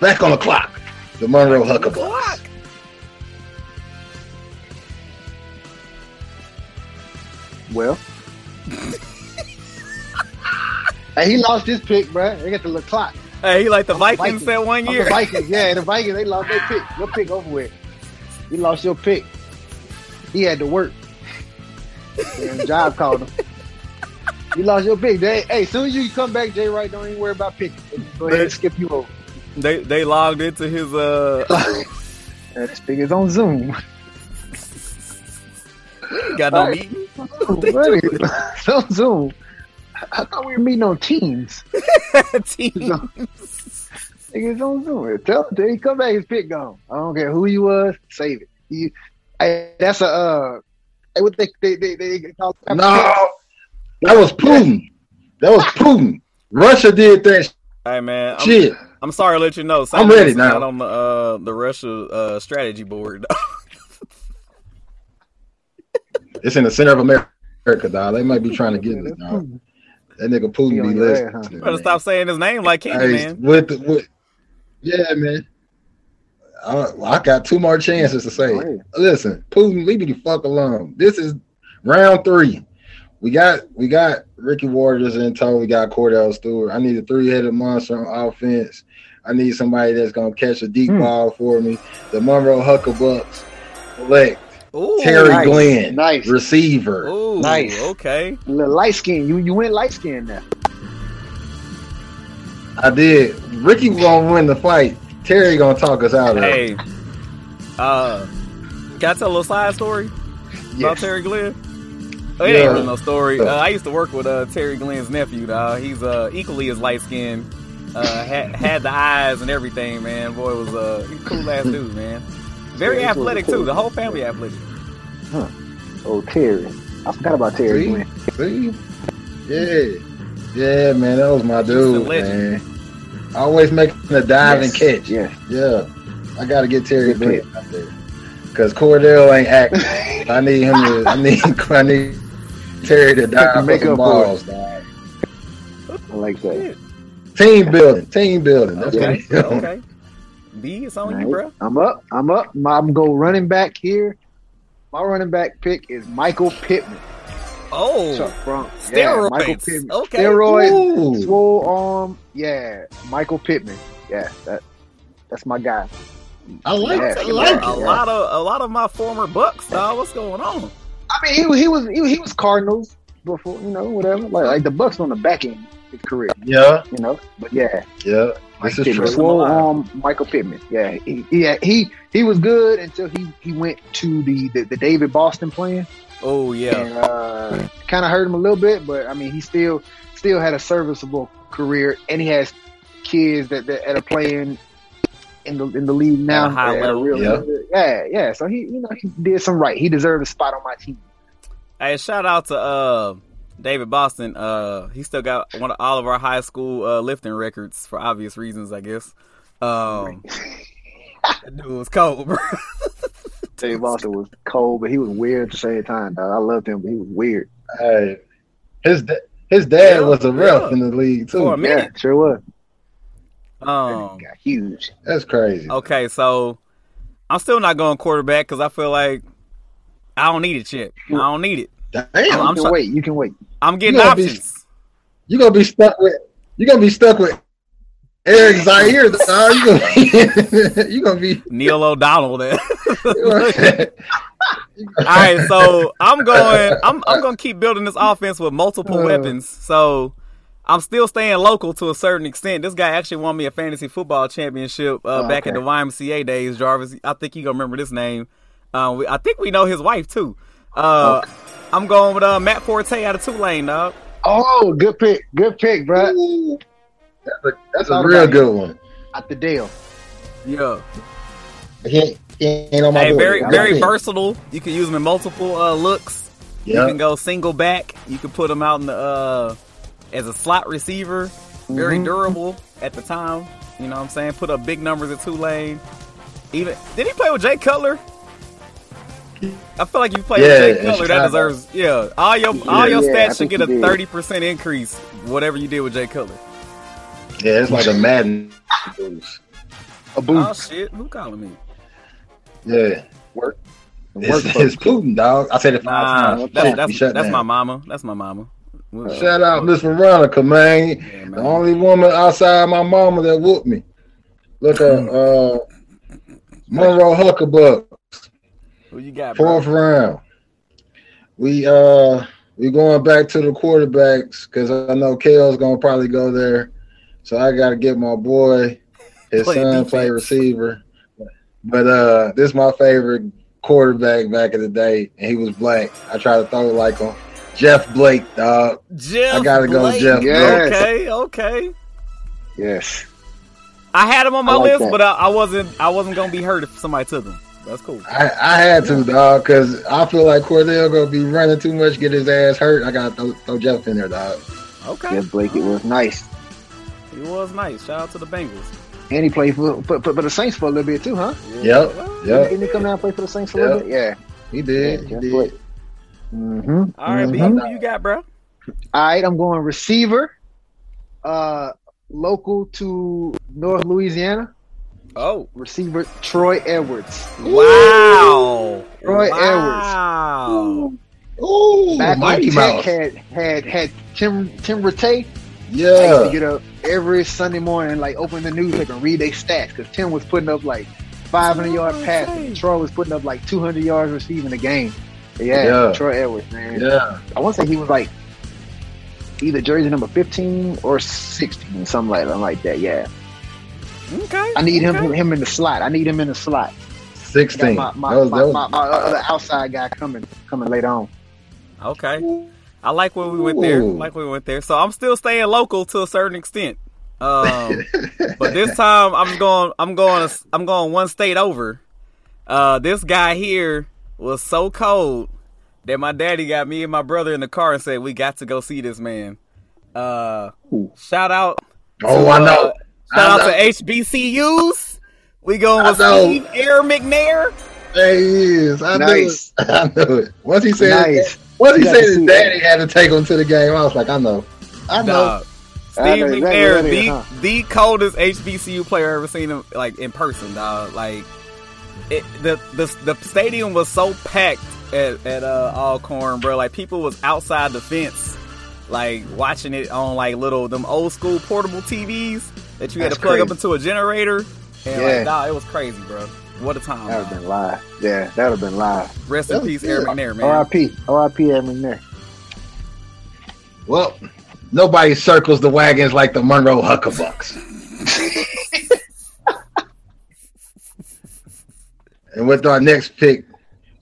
Speaker 3: back on the clock, the Monroe Huckabucks.
Speaker 1: *laughs*
Speaker 4: Well, hey, he lost his pick, bruh. They got the little clock.
Speaker 1: Hey, he like the
Speaker 4: I'm the
Speaker 1: Vikings
Speaker 4: Vikings.
Speaker 1: that one
Speaker 4: I'm Oh, the
Speaker 1: year.
Speaker 4: Vikings, yeah, the Vikings. They lost their pick. Your pick over with. You lost your pick. He had to work. Damn job called him. You lost your pick. They, hey, as soon as you come back, Jay Wright, don't even worry about picking. Go ahead and skip you *laughs* over.
Speaker 1: They they logged into his uh
Speaker 4: And this pick is on *laughs* Zoom.
Speaker 1: he got no
Speaker 4: Right.
Speaker 1: meeting.
Speaker 4: *laughs* Really? It's on Zoom. I thought we were meeting on Teams.
Speaker 1: Team.
Speaker 4: No. Nigga, it's on Zoom. Tell him till he come back, his pick gone. I don't care who you was, save it. You, hey, that's a uh, hey, what they they they, they call it?
Speaker 3: No, that was Putin. That was Putin. Russia did that
Speaker 1: Hey man, I'm,
Speaker 3: shit.
Speaker 1: I'm sorry to let you know.
Speaker 3: I'm ready
Speaker 1: Samuel's
Speaker 3: now.
Speaker 1: Not on the uh the Russia uh strategy board. *laughs*
Speaker 3: It's in the center of America, dog. They might be trying to get it, dog. That nigga Putin
Speaker 4: He on
Speaker 3: be
Speaker 4: your
Speaker 3: listening.
Speaker 4: ass, huh?
Speaker 1: Better stop saying his name like Candy
Speaker 3: Hey,
Speaker 1: Man.
Speaker 3: with, the, with Yeah, man. I, I got two more chances to say. it. Listen, Putin, leave me the fuck alone. This is round three. We got we got Ricky Waters in tow. We got Cordell Stewart. I need a three headed monster on offense. I need somebody that's gonna catch a deep ball for me. The Monroe Huckabucks select
Speaker 1: Ooh,
Speaker 3: Terry
Speaker 4: nice.
Speaker 3: Glenn,
Speaker 4: Nice.
Speaker 3: receiver.
Speaker 1: Ooh,
Speaker 4: Nice.
Speaker 1: Okay.
Speaker 4: Little light skin. You you went light skin now.
Speaker 3: I did. Ricky gonna win the fight. Terry gonna talk us out of it.
Speaker 1: Hey, uh, can I tell a little side story about
Speaker 4: Yes.
Speaker 1: Terry Glenn? Oh, it
Speaker 3: Yeah.
Speaker 1: ain't really no story. Uh, I used to work with uh, Terry Glenn's nephew. Dog. He's uh, equally as light skinned. Uh, had, had the eyes and everything, man. Boy was uh, he a cool ass dude, man. Very
Speaker 4: Yeah, he's really
Speaker 1: athletic
Speaker 4: cool.
Speaker 1: too. The whole family athletic.
Speaker 4: Oh Terry. I forgot about Terry.
Speaker 3: See?
Speaker 4: Glenn.
Speaker 3: See? Yeah. Yeah, man, that was my dude, man.
Speaker 1: legend.
Speaker 3: Always making a dive
Speaker 4: Yes.
Speaker 3: and catch.
Speaker 4: Yeah.
Speaker 3: Yeah. I gotta get Terry
Speaker 4: Good
Speaker 3: Glenn out there. Cause Cordell ain't acting. I need him to I need I need Terry to dive for
Speaker 4: Make
Speaker 3: some
Speaker 4: up for it.
Speaker 3: balls, dog.
Speaker 4: I like that.
Speaker 3: Team building, team building. That's what
Speaker 1: Okay,
Speaker 4: *laughs*
Speaker 3: we doing.
Speaker 1: okay. B, it's on you,
Speaker 4: All right.
Speaker 1: bro.
Speaker 4: I'm up. I'm up. My- I'm go running back here. My running back pick is Michael Pittman.
Speaker 1: Oh,
Speaker 4: Chuck Funk. Yeah,
Speaker 1: steroids.
Speaker 4: Michael Pittman.
Speaker 1: Okay.
Speaker 4: *laughs* Steroids.
Speaker 3: Ooh.
Speaker 4: Swole arm. um, Yeah. Michael Pittman. Yeah. That, that's my guy.
Speaker 3: I like
Speaker 4: Yeah.
Speaker 3: I like
Speaker 1: a
Speaker 3: it.
Speaker 1: lot of a lot of my former bucks, dog. What's going on?
Speaker 4: I mean, he, was- he was he, was- he was Cardinals before, you know, whatever. Like, like the Bucks on the back end of his career,
Speaker 3: Yeah,
Speaker 4: you know. But yeah,
Speaker 3: yeah. This
Speaker 4: Michael
Speaker 3: is
Speaker 4: Pittman.
Speaker 3: true.
Speaker 4: Swole arm, Michael Pittman. Yeah, he, yeah, he he was good until he he went to the the, the David Boston plan,
Speaker 1: Oh yeah.
Speaker 4: and uh, kind of hurt him a little bit. But I mean, he still still had a serviceable career, and he has kids that that, that are playing. In the, in the league now,
Speaker 1: At a high
Speaker 4: at a
Speaker 1: level,
Speaker 4: real-
Speaker 3: yeah.
Speaker 4: yeah, yeah. So he, you know, he did some right. He deserved a spot on my team.
Speaker 1: Hey, shout out to uh David Boston. Uh he still got one of all of our high school uh lifting records for obvious reasons, I guess. Um that dude was cold,
Speaker 4: *laughs*
Speaker 1: bro.
Speaker 4: Dave Boston was cold, but he was weird at the same time. Dog. I loved him, but he was weird.
Speaker 3: Hey, his da- his dad
Speaker 1: Yeah,
Speaker 3: was a ref
Speaker 1: yeah.
Speaker 3: in the league too.
Speaker 1: For a minute.
Speaker 4: Yeah, sure was.
Speaker 1: Um
Speaker 4: Got huge.
Speaker 3: That's crazy.
Speaker 1: Okay, so I'm still not going quarterback because I feel like I don't need it yet. I don't need it.
Speaker 3: Damn,
Speaker 1: Oh, I'm
Speaker 4: you can
Speaker 1: so-
Speaker 4: wait. You can wait.
Speaker 1: I'm getting
Speaker 3: gotta be-
Speaker 1: options.
Speaker 3: you gonna be stuck with you gonna be stuck with Eric Zaire. dog. You gonna be, *laughs* you gonna be
Speaker 1: Neil O'Donnell then. *laughs*
Speaker 3: you gonna-
Speaker 1: All right, so I'm going. I'm I'm going to keep building this offense with multiple
Speaker 3: Uh.
Speaker 1: weapons. So I'm still staying local to a certain extent. This guy actually won me a fantasy football championship uh,
Speaker 4: Oh,
Speaker 1: back in the
Speaker 4: okay.
Speaker 1: YMCA days. Jarvis, I think you gonna remember this name. Uh, we, I think we know his wife too. Uh, I'm going with uh, Matt Forte out of Tulane, dog.
Speaker 4: Oh, good pick. Good pick, bro.
Speaker 3: Ooh. that's a that's a real good one.
Speaker 4: Out the deal.
Speaker 1: Yeah,
Speaker 3: He ain't, he ain't on my
Speaker 1: hey,
Speaker 3: board.
Speaker 1: very
Speaker 3: I like
Speaker 1: very
Speaker 3: it.
Speaker 1: versatile. You can use him in multiple uh, looks. You
Speaker 3: Yeah,
Speaker 1: can go single back. You can put him out in the uh, as a slot receiver. Very
Speaker 3: Mm-hmm.
Speaker 1: durable at the time. You know what I'm saying? Put up big numbers at Tulane. Even did he play with Jay Cutler? I feel like you played
Speaker 3: Yeah,
Speaker 1: with Jay
Speaker 3: in
Speaker 1: Cutler. That
Speaker 3: Chicago.
Speaker 1: deserves yeah. All your all your
Speaker 4: Yeah, yeah, I
Speaker 1: stats should
Speaker 4: think
Speaker 1: get
Speaker 4: he
Speaker 1: a
Speaker 4: did.
Speaker 1: thirty percent increase. Whatever you did with Jay Cutler.
Speaker 3: yeah, it's like a Madden. boost.
Speaker 4: A
Speaker 1: Oh
Speaker 4: boost.
Speaker 1: shit! Who calling me?
Speaker 3: Yeah,
Speaker 4: Work.
Speaker 3: it's,
Speaker 4: Work.
Speaker 3: it's Putin, dog. I said it five
Speaker 1: Nah,
Speaker 3: times.
Speaker 1: that's
Speaker 3: Shit, you
Speaker 1: that's,
Speaker 3: shut
Speaker 1: that's
Speaker 3: down.
Speaker 1: my mama. That's my mama.
Speaker 3: Shout out Miss Veronica, man.
Speaker 1: Yeah,
Speaker 3: The
Speaker 1: man.
Speaker 3: only woman outside my mama that whooped me.
Speaker 4: *laughs*
Speaker 3: Look at uh, Monroe Huckabuck,
Speaker 1: Who you got, bro?
Speaker 3: fourth round. We uh we going back to the quarterbacks because I know Kale's gonna probably go there. So I gotta get my boy, his
Speaker 1: Play
Speaker 3: son
Speaker 1: defense.
Speaker 3: play receiver. But uh this is my favorite quarterback back in the day, and he was black. I tried to throw it like him. Jeff Blake, dog.
Speaker 1: Jeff.
Speaker 3: I gotta go
Speaker 1: Blake.
Speaker 3: Jeff
Speaker 4: Yes.
Speaker 1: Okay, okay.
Speaker 4: Yes.
Speaker 1: I had him on my
Speaker 4: I like
Speaker 1: list,
Speaker 4: that.
Speaker 1: but I, I wasn't. I wasn't gonna be hurt if somebody took him. That's cool.
Speaker 3: I, I had to, dog, because I feel like Cordell gonna be running too much, get his ass hurt. I gotta throw, throw Jeff in there, dog.
Speaker 1: Okay,
Speaker 4: Yeah, Blake, it was nice.
Speaker 1: he was nice. Shout out to the Bengals.
Speaker 4: And he played for, for, for, for the Saints for a little bit, too, huh?
Speaker 3: Yep, yep,
Speaker 4: Didn't he come down and play for the Saints a
Speaker 3: Yeah.
Speaker 4: little bit? Yeah.
Speaker 3: he did.
Speaker 4: Yeah,
Speaker 3: He
Speaker 4: Jeff Blake.
Speaker 3: did.
Speaker 4: Mm-hmm.
Speaker 1: All right, B,
Speaker 4: Mhm.
Speaker 1: who you got, bro?
Speaker 4: All right, I'm going receiver, uh, local to North Louisiana,
Speaker 1: Oh,
Speaker 4: Receiver Troy Edwards.
Speaker 1: wow.
Speaker 4: Troy
Speaker 1: wow. Edwards.
Speaker 3: Ooh,
Speaker 4: Back
Speaker 3: Mighty
Speaker 4: when Tech
Speaker 3: Mouse.
Speaker 4: had had had Tim Tim Rattay. I used to
Speaker 3: Yeah.
Speaker 4: get up every Sunday morning, like open the newspaper and read their stats because Tim was putting up like 500 yard passes. Troy was putting up like 200 yards receiving a game. Yeah,
Speaker 3: Yeah.
Speaker 4: Troy Edwards, man.
Speaker 3: Yeah.
Speaker 4: I want to say he was like either jersey number 15 or 16, something like that. Like that. Yeah,
Speaker 1: Okay.
Speaker 4: I need him
Speaker 1: okay.
Speaker 4: him in the slot. I need him in the slot. I got
Speaker 3: 16.
Speaker 4: my my,
Speaker 3: that was,
Speaker 4: my,
Speaker 3: that was,
Speaker 4: my, my other outside guy coming coming later on.
Speaker 1: Okay. I like where we went there.
Speaker 3: Ooh.
Speaker 1: Like where we went there. So I'm still staying local to a certain extent. Um, but this time I'm going. I'm going. a s- I'm going one state over. Uh, this guy here was so cold that my daddy got me and my brother in the car and said we got to go see this man. Uh, shout out.
Speaker 3: oh, I know.
Speaker 1: Uh, shout
Speaker 3: I
Speaker 1: out
Speaker 3: know.
Speaker 1: to HBCUs. We going with
Speaker 3: I know.
Speaker 1: Steve Air McNair.
Speaker 3: There he is. I
Speaker 4: Nice.
Speaker 3: knew it. *laughs* I knew it. Once he said,
Speaker 4: Nice.
Speaker 3: once he
Speaker 4: You got
Speaker 3: said
Speaker 4: to
Speaker 3: his
Speaker 4: see
Speaker 3: daddy had to take him to the game, I was like, I know.
Speaker 4: I know.
Speaker 1: Dog.
Speaker 4: I
Speaker 1: Steve
Speaker 4: know exactly
Speaker 1: McNair,
Speaker 4: what it is,
Speaker 1: the
Speaker 4: huh?
Speaker 1: the coldest HBCU player I've ever seen him like in person, dog. Like it, the the the stadium was so packed at at uh, Alcorn, bro. Like people was outside the fence, like watching it on like little them old school portable TVs that you had
Speaker 4: That's
Speaker 1: to plug up
Speaker 4: crazy.
Speaker 1: into a generator. And
Speaker 4: Yeah.
Speaker 1: like, dog, it was crazy, bro. What a time!
Speaker 4: That would have
Speaker 1: dog.
Speaker 4: been live. Yeah, that would have been live.
Speaker 1: Rest in
Speaker 3: that was
Speaker 1: peace, Eric
Speaker 3: good.
Speaker 1: McNair, man.
Speaker 4: R.I.P. R.I.P. Ed McNair.
Speaker 3: Well, nobody circles the wagons like the Monroe Huckabucks. and with our next pick,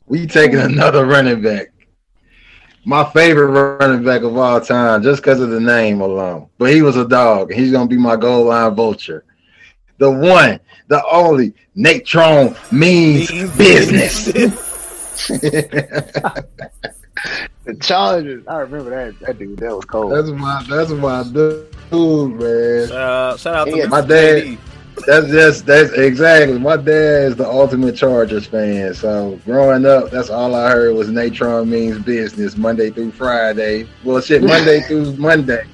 Speaker 3: we taking another running back. My favorite running back of all time, just because of the name alone. But he was a dog, and he's gonna be my goal line vulture. The one, the only, Natron means business.
Speaker 4: The Chargers. I remember that. That dude. That was cold.
Speaker 3: *laughs* That's my that's my dude, man.
Speaker 1: Uh, shout out to
Speaker 4: Yeah,
Speaker 1: Mr.
Speaker 3: my dad-
Speaker 1: JD.
Speaker 3: That's just that's exactly. My dad is the ultimate Chargers fan. So growing up, that's all I heard was Natron means business Monday through Friday. Well,
Speaker 4: *laughs*
Speaker 3: shit, Monday through Monday.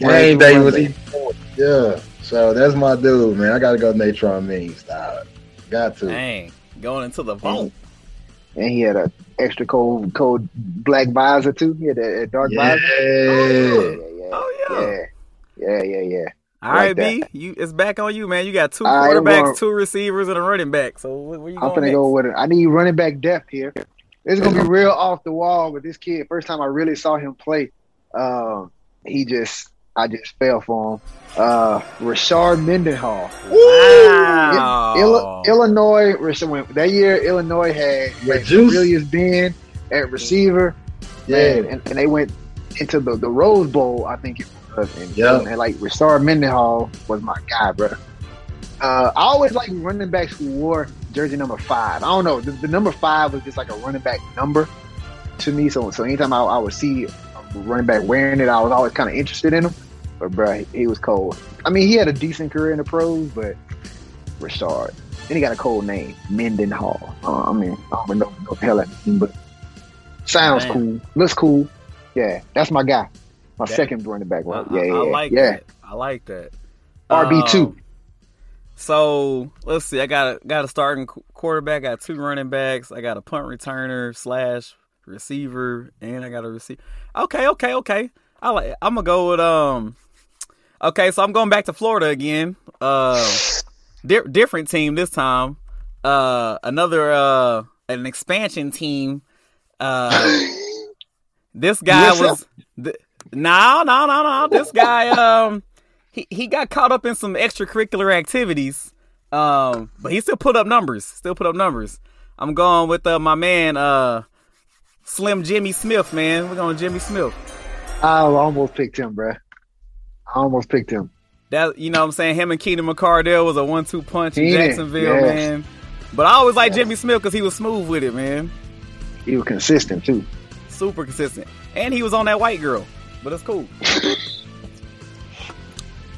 Speaker 4: Monday
Speaker 3: Game
Speaker 4: through
Speaker 3: day was
Speaker 4: Monday.
Speaker 3: even more. yeah. So that's my dude, man. I gotta go Natron means. Dog. Got to.
Speaker 1: Dang, going into the vault.
Speaker 4: and he had a extra cold, cold black visor too. He had that, that dark
Speaker 3: Yeah.
Speaker 4: visor.
Speaker 1: Oh, yeah.
Speaker 4: yeah, yeah, yeah, yeah, yeah.
Speaker 1: All right,
Speaker 4: like that.
Speaker 1: B, you it's back on you, man. You got two
Speaker 4: All right, I'm
Speaker 1: quarterbacks,
Speaker 4: going-
Speaker 1: two receivers, and a running back. So where, where you
Speaker 4: I'm
Speaker 1: going?
Speaker 4: gonna
Speaker 1: Next?
Speaker 4: go with it. I need running back depth here. It's gonna be real off the wall with this kid. First time I really saw him play, um, he just, I just fell for him. Uh, Rashard Mendenhall,
Speaker 1: Wow.
Speaker 4: Illi- Illinois. Rash- when- That year, Illinois had
Speaker 3: With Juice?
Speaker 4: Julius Ben at receiver.
Speaker 3: Yeah.
Speaker 4: Man, and, and they went into the, the Rose Bowl, I think it was. And,
Speaker 3: Yeah.
Speaker 4: and like Rashard Mendenhall was my guy, bro. Uh, I always like running backs who wore jersey number five. I don't know. The, the number five was just like a running back number to me. So so anytime I, I would see a running back wearing it, I was always kind of interested in him. But bro, he, he was cold. I mean, he had a decent career in the pros, but Rashard. And he got a cold name, Mendenhall. Uh, I mean, I don't even know what the hell that means, but sounds
Speaker 1: Man.
Speaker 4: cool. Looks cool. Yeah, that's my guy. My
Speaker 1: That-
Speaker 4: second running back.
Speaker 1: I,
Speaker 4: Right?
Speaker 1: I-
Speaker 4: Yeah, yeah,
Speaker 1: I like
Speaker 4: yeah.
Speaker 1: that. I like that.
Speaker 4: RB2.
Speaker 1: Um, so let's see. I got a, got a starting qu- quarterback. I got two running backs. I got a punt returner slash receiver, and I got a receiver. Okay, okay, okay. I like. I'm gonna go with um. Okay, so I'm going back to Florida again. Uh, di- different team this time. Uh, another uh, an expansion team. Uh, this guy
Speaker 4: USF?
Speaker 1: was th- no, no, no, no. This guy um, he he got caught up in some extracurricular activities. Um, but he still put up numbers. Still put up numbers. I'm going with uh, my man uh, Slim Jimmy Smith. Man, we're going Jimmy Smith. Um,
Speaker 4: I almost picked him, bro. I almost picked him.
Speaker 1: That you know what I'm saying him and Keenan McCardell was a one two punch in
Speaker 4: Keenan,
Speaker 1: Jacksonville,
Speaker 4: yes.
Speaker 1: man. But I always liked Jimmy Smith because he was smooth with it, man.
Speaker 4: He was consistent too.
Speaker 1: Super consistent. And he was on that white girl. But it's cool.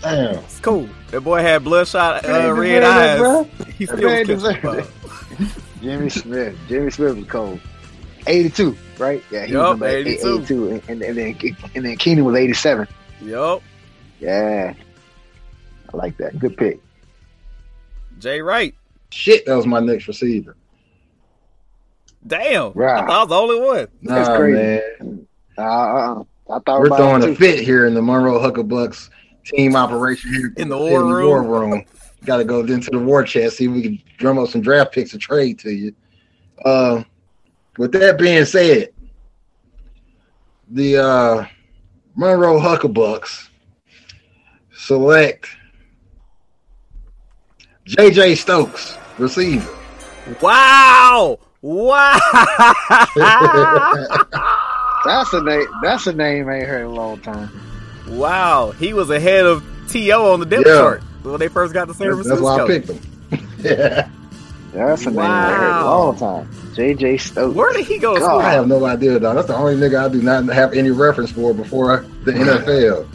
Speaker 3: Damn.
Speaker 1: It's cool. That boy had bloodshot uh,
Speaker 4: Man
Speaker 1: red
Speaker 4: deserved it, bro.
Speaker 1: eyes. *laughs* He still
Speaker 4: Man
Speaker 1: was kicking
Speaker 4: deserved
Speaker 1: the
Speaker 4: it. *laughs* Jimmy Smith. Jimmy Smith was cold. 82, right? Yeah, he
Speaker 1: Yup,
Speaker 4: was number
Speaker 1: 82.
Speaker 4: 82. 82 and, and, and then and then Keenan was 87.
Speaker 1: ball. Yup.
Speaker 4: Yeah. I like that. Good pick.
Speaker 1: Jay Wright.
Speaker 3: Shit, that was my next receiver.
Speaker 1: Damn.
Speaker 4: Right.
Speaker 1: I thought I was the only one.
Speaker 4: That's
Speaker 3: Nah,
Speaker 4: crazy.
Speaker 3: man.
Speaker 4: Uh, uh, I thought
Speaker 3: We're
Speaker 4: about
Speaker 3: throwing
Speaker 4: it
Speaker 3: a
Speaker 4: too.
Speaker 3: fit here in the Monroe Huckabucks team operation here
Speaker 1: In the war room.
Speaker 3: Got to go into the war chest, see if we can drum up some draft picks to trade to you. Uh, with that being said, the uh, Monroe Huckabucks select JJ Stokes, receiver.
Speaker 1: Wow. *laughs* Wow.
Speaker 4: That's a name. That's a name I ain't heard in a long time.
Speaker 1: wow. He was ahead of T.O. on the depth
Speaker 3: Yeah.
Speaker 1: chart when they first got to San
Speaker 3: That's,
Speaker 1: Francisco.
Speaker 3: that's why I picked him. *laughs*
Speaker 4: That's a name I ain't heard in a
Speaker 1: Wow.
Speaker 4: long time. JJ Stokes.
Speaker 1: Where did he go to
Speaker 4: God.
Speaker 3: Oh, I
Speaker 1: school?
Speaker 3: have no idea, dog. That's the only nigga I do not have any reference for before the NFL.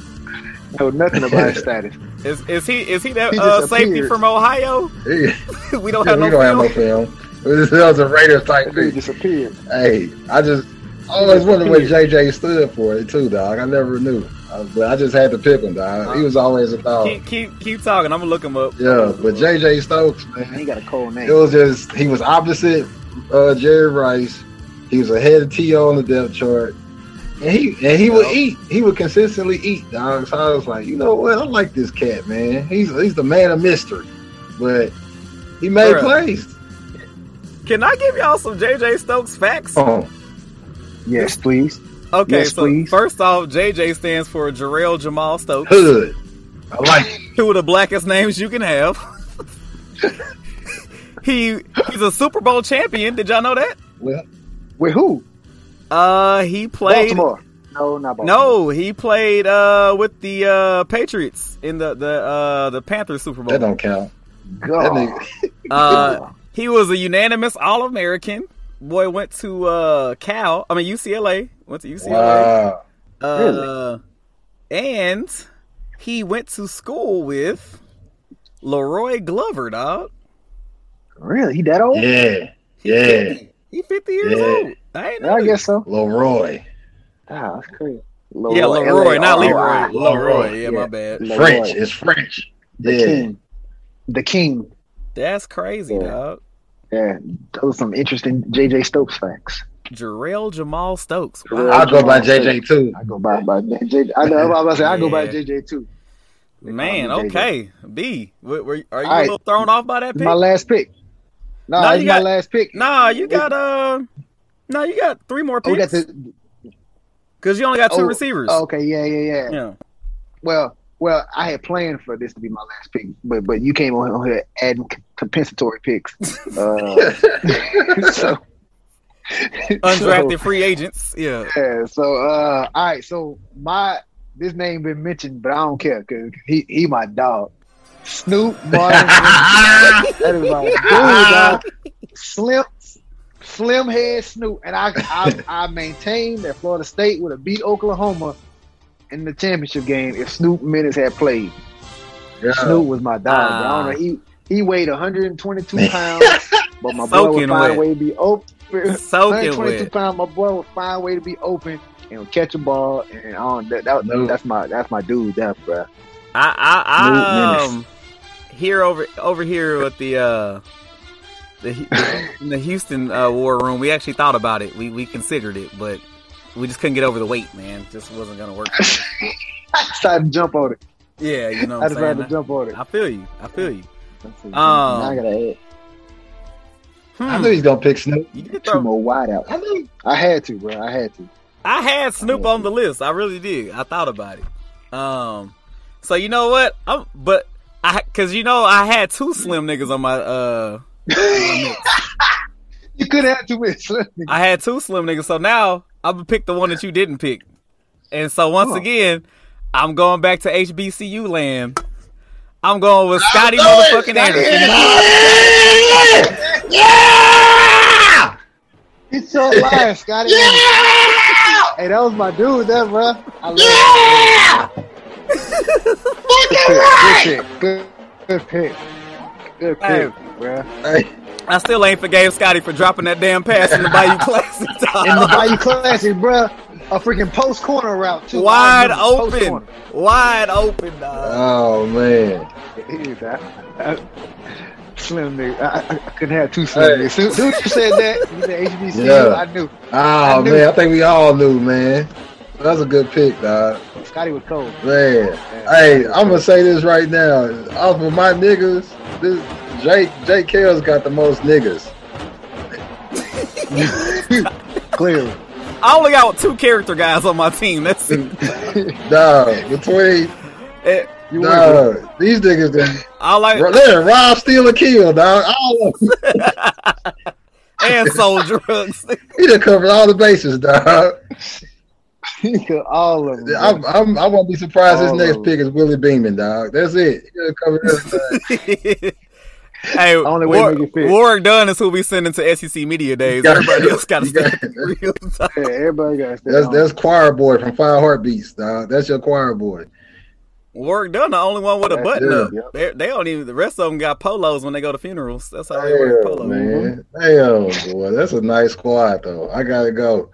Speaker 4: Know nothing about
Speaker 3: *laughs*
Speaker 4: his status.
Speaker 1: Is, is he is he that
Speaker 4: He
Speaker 1: uh, safety
Speaker 4: disappeared.
Speaker 1: from Ohio? *laughs*
Speaker 3: Yeah,
Speaker 1: we
Speaker 3: *laughs*
Speaker 1: don't
Speaker 3: we
Speaker 1: have no
Speaker 3: don't have no
Speaker 1: film.
Speaker 3: film. *laughs* This was a Raiders type
Speaker 4: That dude
Speaker 3: thing.
Speaker 4: disappeared.
Speaker 3: Hey, I just I always wondered what JJ stood for it too, dog. I never knew, I, but I just had to pick him, dog. He was always a dog.
Speaker 1: Keep, keep keep talking. I'm gonna look him up.
Speaker 3: Yeah, but JJ Stokes, man,
Speaker 4: He got a cold name.
Speaker 3: it was just he was opposite uh, Jerry Rice. He was ahead of T.O. on the depth chart, and he and he would
Speaker 1: Yep.
Speaker 3: eat. He would consistently eat. Dog. So I was like, you know what? I like this cat, man. He's he's the man of mystery, but he made
Speaker 1: Bruh.
Speaker 3: plays.
Speaker 1: Can I give y'all some JJ Stokes facts?
Speaker 3: Oh,
Speaker 4: yes, please.
Speaker 1: okay,
Speaker 4: yes,
Speaker 1: so
Speaker 4: please.
Speaker 1: first off, JJ stands for Jarrell Jamal Stokes,
Speaker 3: hood. I like it.
Speaker 1: two of the blackest names you can
Speaker 3: *laughs*
Speaker 1: have. he he's a Super Bowl champion. Did y'all know that?
Speaker 3: Well,
Speaker 4: With who?
Speaker 1: Uh, he played.
Speaker 4: Baltimore. No, not Baltimore.
Speaker 1: No, he played uh with the uh Patriots in the the uh the Panthers Super Bowl.
Speaker 3: that don't count. That
Speaker 4: God.
Speaker 3: nigga,
Speaker 1: Uh, he was a unanimous All American. Boy went to uh, Cal. I mean UCLA. Went to UCLA.
Speaker 3: wow.
Speaker 1: Uh, And he went to school with Leroy Glover, dog.
Speaker 4: Really? He that old?
Speaker 3: Yeah,
Speaker 1: He
Speaker 3: yeah.
Speaker 1: 50. He fifty years
Speaker 3: Yeah.
Speaker 1: old. I ain't
Speaker 4: Yeah,
Speaker 1: know.
Speaker 4: I
Speaker 1: this.
Speaker 4: guess so.
Speaker 3: Leroy
Speaker 4: Ah, that's crazy.
Speaker 1: Yeah, Leroy, not
Speaker 4: L-A-R-O-I.
Speaker 1: Leroy. Leroy. Yeah, my bad.
Speaker 4: Leroy.
Speaker 3: French. It's French.
Speaker 4: The
Speaker 3: Yeah,
Speaker 4: king. The king.
Speaker 1: That's crazy,
Speaker 4: Yeah.
Speaker 1: dog.
Speaker 4: Yeah, those are some interesting JJ Stokes facts.
Speaker 1: Jarrell Jamal Stokes. Wow.
Speaker 4: Jarrell
Speaker 3: I'll go by JJ too.
Speaker 4: I go by by JJ. I know. I was about to say I go by
Speaker 1: Yeah.
Speaker 4: JJ too.
Speaker 1: Man,
Speaker 4: I'll be
Speaker 1: okay. B, were, were, are you
Speaker 4: All
Speaker 1: a
Speaker 4: right.
Speaker 1: little thrown off by that
Speaker 4: It's
Speaker 1: pick?
Speaker 4: my last pick. No,
Speaker 1: No,
Speaker 4: it's
Speaker 1: you
Speaker 4: my
Speaker 1: got-
Speaker 4: last pick.
Speaker 1: Nah, you got uh, no, you got three more
Speaker 4: Oh, we got
Speaker 1: picks
Speaker 4: the.
Speaker 1: because you only got two
Speaker 4: oh,
Speaker 1: receivers.
Speaker 4: oh, okay, yeah, yeah, yeah,
Speaker 1: Yeah,
Speaker 4: Well, well, I had planned for this to be my last pick, but but you came on here adding c- compensatory picks. Uh, *laughs* so
Speaker 1: undrafted
Speaker 4: so-
Speaker 1: free agents. Yeah,
Speaker 4: Yeah, so uh all right, so my this name been mentioned, but I don't care because he he my dog. Snoop
Speaker 1: *laughs*
Speaker 4: Martin. that is my dude, dog. Slim Slim head Snoop. And I I, I maintain that Florida State would have beat Oklahoma in the championship game if Snoop minutes had played.
Speaker 3: Yeah.
Speaker 1: Oh.
Speaker 4: Snoop was my dog. bro. I
Speaker 1: Ah.
Speaker 4: don't know. He he
Speaker 1: *laughs*
Speaker 4: weighed 122 pounds, but my boy
Speaker 1: Soaking
Speaker 4: would find
Speaker 1: wet.
Speaker 4: a way to be open.
Speaker 1: soaking
Speaker 4: 122
Speaker 1: with.
Speaker 4: pound, my boy would find a way to be open and catch a ball and on that, that
Speaker 3: No.
Speaker 4: that's my that's my dude that bro.
Speaker 1: I, I, I
Speaker 4: Snoop
Speaker 1: um, here over over here with the uh, the, Hu- in the Houston uh, war room. We actually thought about it. We we considered it, but we just couldn't get over the weight, man. Just wasn't gonna
Speaker 4: *laughs*
Speaker 1: work. for us.
Speaker 4: I decided to jump on it.
Speaker 1: yeah, you know
Speaker 4: I
Speaker 1: what I'm
Speaker 4: decided
Speaker 1: saying. Oh.
Speaker 4: to jump on it.
Speaker 1: I feel you. I feel you.
Speaker 4: Now I gotta add
Speaker 3: I
Speaker 1: Hmm.
Speaker 3: knew he's gonna pick Snoop.
Speaker 1: You did
Speaker 4: two
Speaker 1: throw
Speaker 4: more wideouts.
Speaker 3: I knew.
Speaker 4: I had to, bro. I had to.
Speaker 1: I had Snoop on the list. I really did. I thought about it. Um, so you know what? I'm, but I, cause you know I had two slim niggas on my uh,
Speaker 4: You could have to miss.
Speaker 1: *laughs* I had two slim niggas. So now I'm gonna pick the one that you didn't pick. And so once
Speaker 4: Huh.
Speaker 1: again, I'm going back to HBCU land. I'm going with Scotty
Speaker 3: knew it!
Speaker 1: motherfucking Anderson.
Speaker 3: Yeah! Yeah!
Speaker 4: He's short lying, Scotty.
Speaker 1: *laughs*
Speaker 3: Yeah!
Speaker 4: Hey, that was my dude, that bro. I love
Speaker 3: Yeah!
Speaker 4: it. Good pick. Good pick. Good pick. Good
Speaker 1: Hey. *laughs*
Speaker 4: pick, bro.
Speaker 3: Hey,
Speaker 1: I still ain't forgave Scotty for dropping that damn pass in the
Speaker 4: *laughs*
Speaker 1: Bayou Classic. dog.
Speaker 4: In the Bayou Classic, bro, a freaking post corner route too.
Speaker 1: wide
Speaker 4: I remember, post
Speaker 1: open,
Speaker 4: corner.
Speaker 1: wide open, dog.
Speaker 3: oh man,
Speaker 4: Yeah, he was out. Uh, slim nigga. I, I, I couldn't have two slim
Speaker 3: Hey.
Speaker 4: niggas. Soon, soon as you said that, you said HBCU,
Speaker 3: *laughs* Yeah.
Speaker 4: I knew.
Speaker 3: Oh
Speaker 4: I knew.
Speaker 3: man, I think we all knew, man. That's a good pick, dog.
Speaker 4: Scotty was cold.
Speaker 3: Man, hey, I'm gonna say this right now. Off of my niggas, this Jake Jake Kale's got the most niggas.
Speaker 4: *laughs* Clearly.
Speaker 1: I only got two character guys on my team. That's it.
Speaker 3: Dog, between
Speaker 1: it
Speaker 4: You were
Speaker 3: dog, these niggas, that-
Speaker 1: I like
Speaker 3: Bro, there, Rob steal or kill, dog. All of them. *laughs*
Speaker 1: and sold drugs. *laughs*
Speaker 3: He done covered all the bases, dog.
Speaker 4: all of them.
Speaker 3: I'm, I'm, I won't be surprised.
Speaker 4: All
Speaker 3: this
Speaker 4: of
Speaker 3: next pick is Willie Beeman, dog. That's it. He done covered everything.
Speaker 1: hey,
Speaker 4: Only way
Speaker 1: War-
Speaker 4: to make it fit.
Speaker 1: Warwick Dunn is who we sending to SEC media days.
Speaker 3: Yeah. *laughs*
Speaker 1: Everybody else got to
Speaker 3: You got
Speaker 1: stay *laughs* real time.
Speaker 4: Yeah, everybody got to stay
Speaker 3: That's
Speaker 4: on.
Speaker 3: that's choir boy from Five Heartbeats, dog. That's your choir boy.
Speaker 1: Warwick Dunn, the only one with a
Speaker 4: That's
Speaker 1: button
Speaker 3: it,
Speaker 1: up.
Speaker 4: yep.
Speaker 1: They, they don't even. The rest of them got polos when they go to funerals. That's how they wear
Speaker 3: Damn,
Speaker 1: polos.
Speaker 3: man. Damn, boy. That's a nice squad, though. I gotta go.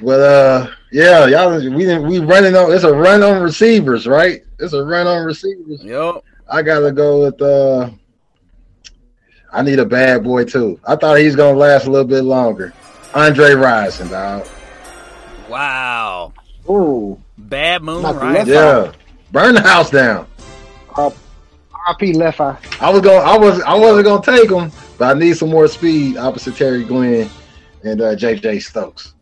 Speaker 3: But uh, yeah, y'all, we didn't, we running on. It's a run on receivers, right? It's a run on receivers.
Speaker 1: Yup.
Speaker 3: I gotta go with uh. I need a bad boy too. I thought he's gonna last a little bit longer. Andre Rison, dog.
Speaker 1: Wow.
Speaker 4: Ooh,
Speaker 1: Bad Moon
Speaker 4: Not the
Speaker 1: Rising.
Speaker 4: left eye.
Speaker 3: Yeah, burn the house down.
Speaker 4: RP left eye.
Speaker 3: I was going. I was. I wasn't going to take him, but I need some more speed opposite Terry Glenn and uh, J.J. Stokes.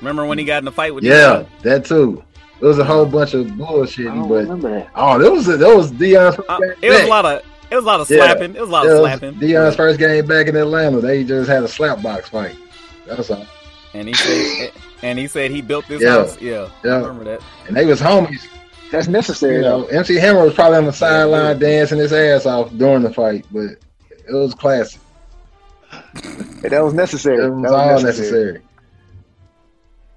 Speaker 1: Remember when he got in a fight with?
Speaker 3: Yeah, that too. It was a whole bunch of
Speaker 4: I don't
Speaker 3: bullshitting, but
Speaker 4: remember that.
Speaker 3: oh, that was that was Dion's first
Speaker 1: Uh,
Speaker 3: game
Speaker 1: it was a
Speaker 3: back.
Speaker 1: lot of. It was a lot of
Speaker 3: Yeah.
Speaker 1: slapping. It was a lot
Speaker 3: That
Speaker 1: of
Speaker 3: was
Speaker 1: slapping.
Speaker 3: Dion's first game back in Atlanta. They just had a slapbox fight. That's all.
Speaker 1: And he said. and he said he built this
Speaker 3: Yeah.
Speaker 1: house. Yeah. I
Speaker 3: Yeah.
Speaker 1: remember that.
Speaker 3: And they was homies.
Speaker 4: That's
Speaker 3: You
Speaker 4: necessary, though.
Speaker 3: know, MC Hammer was probably on the sideline dancing his ass off during the fight, but it was classic.
Speaker 4: That was necessary.
Speaker 3: It
Speaker 4: That
Speaker 3: was all
Speaker 4: was
Speaker 3: necessary.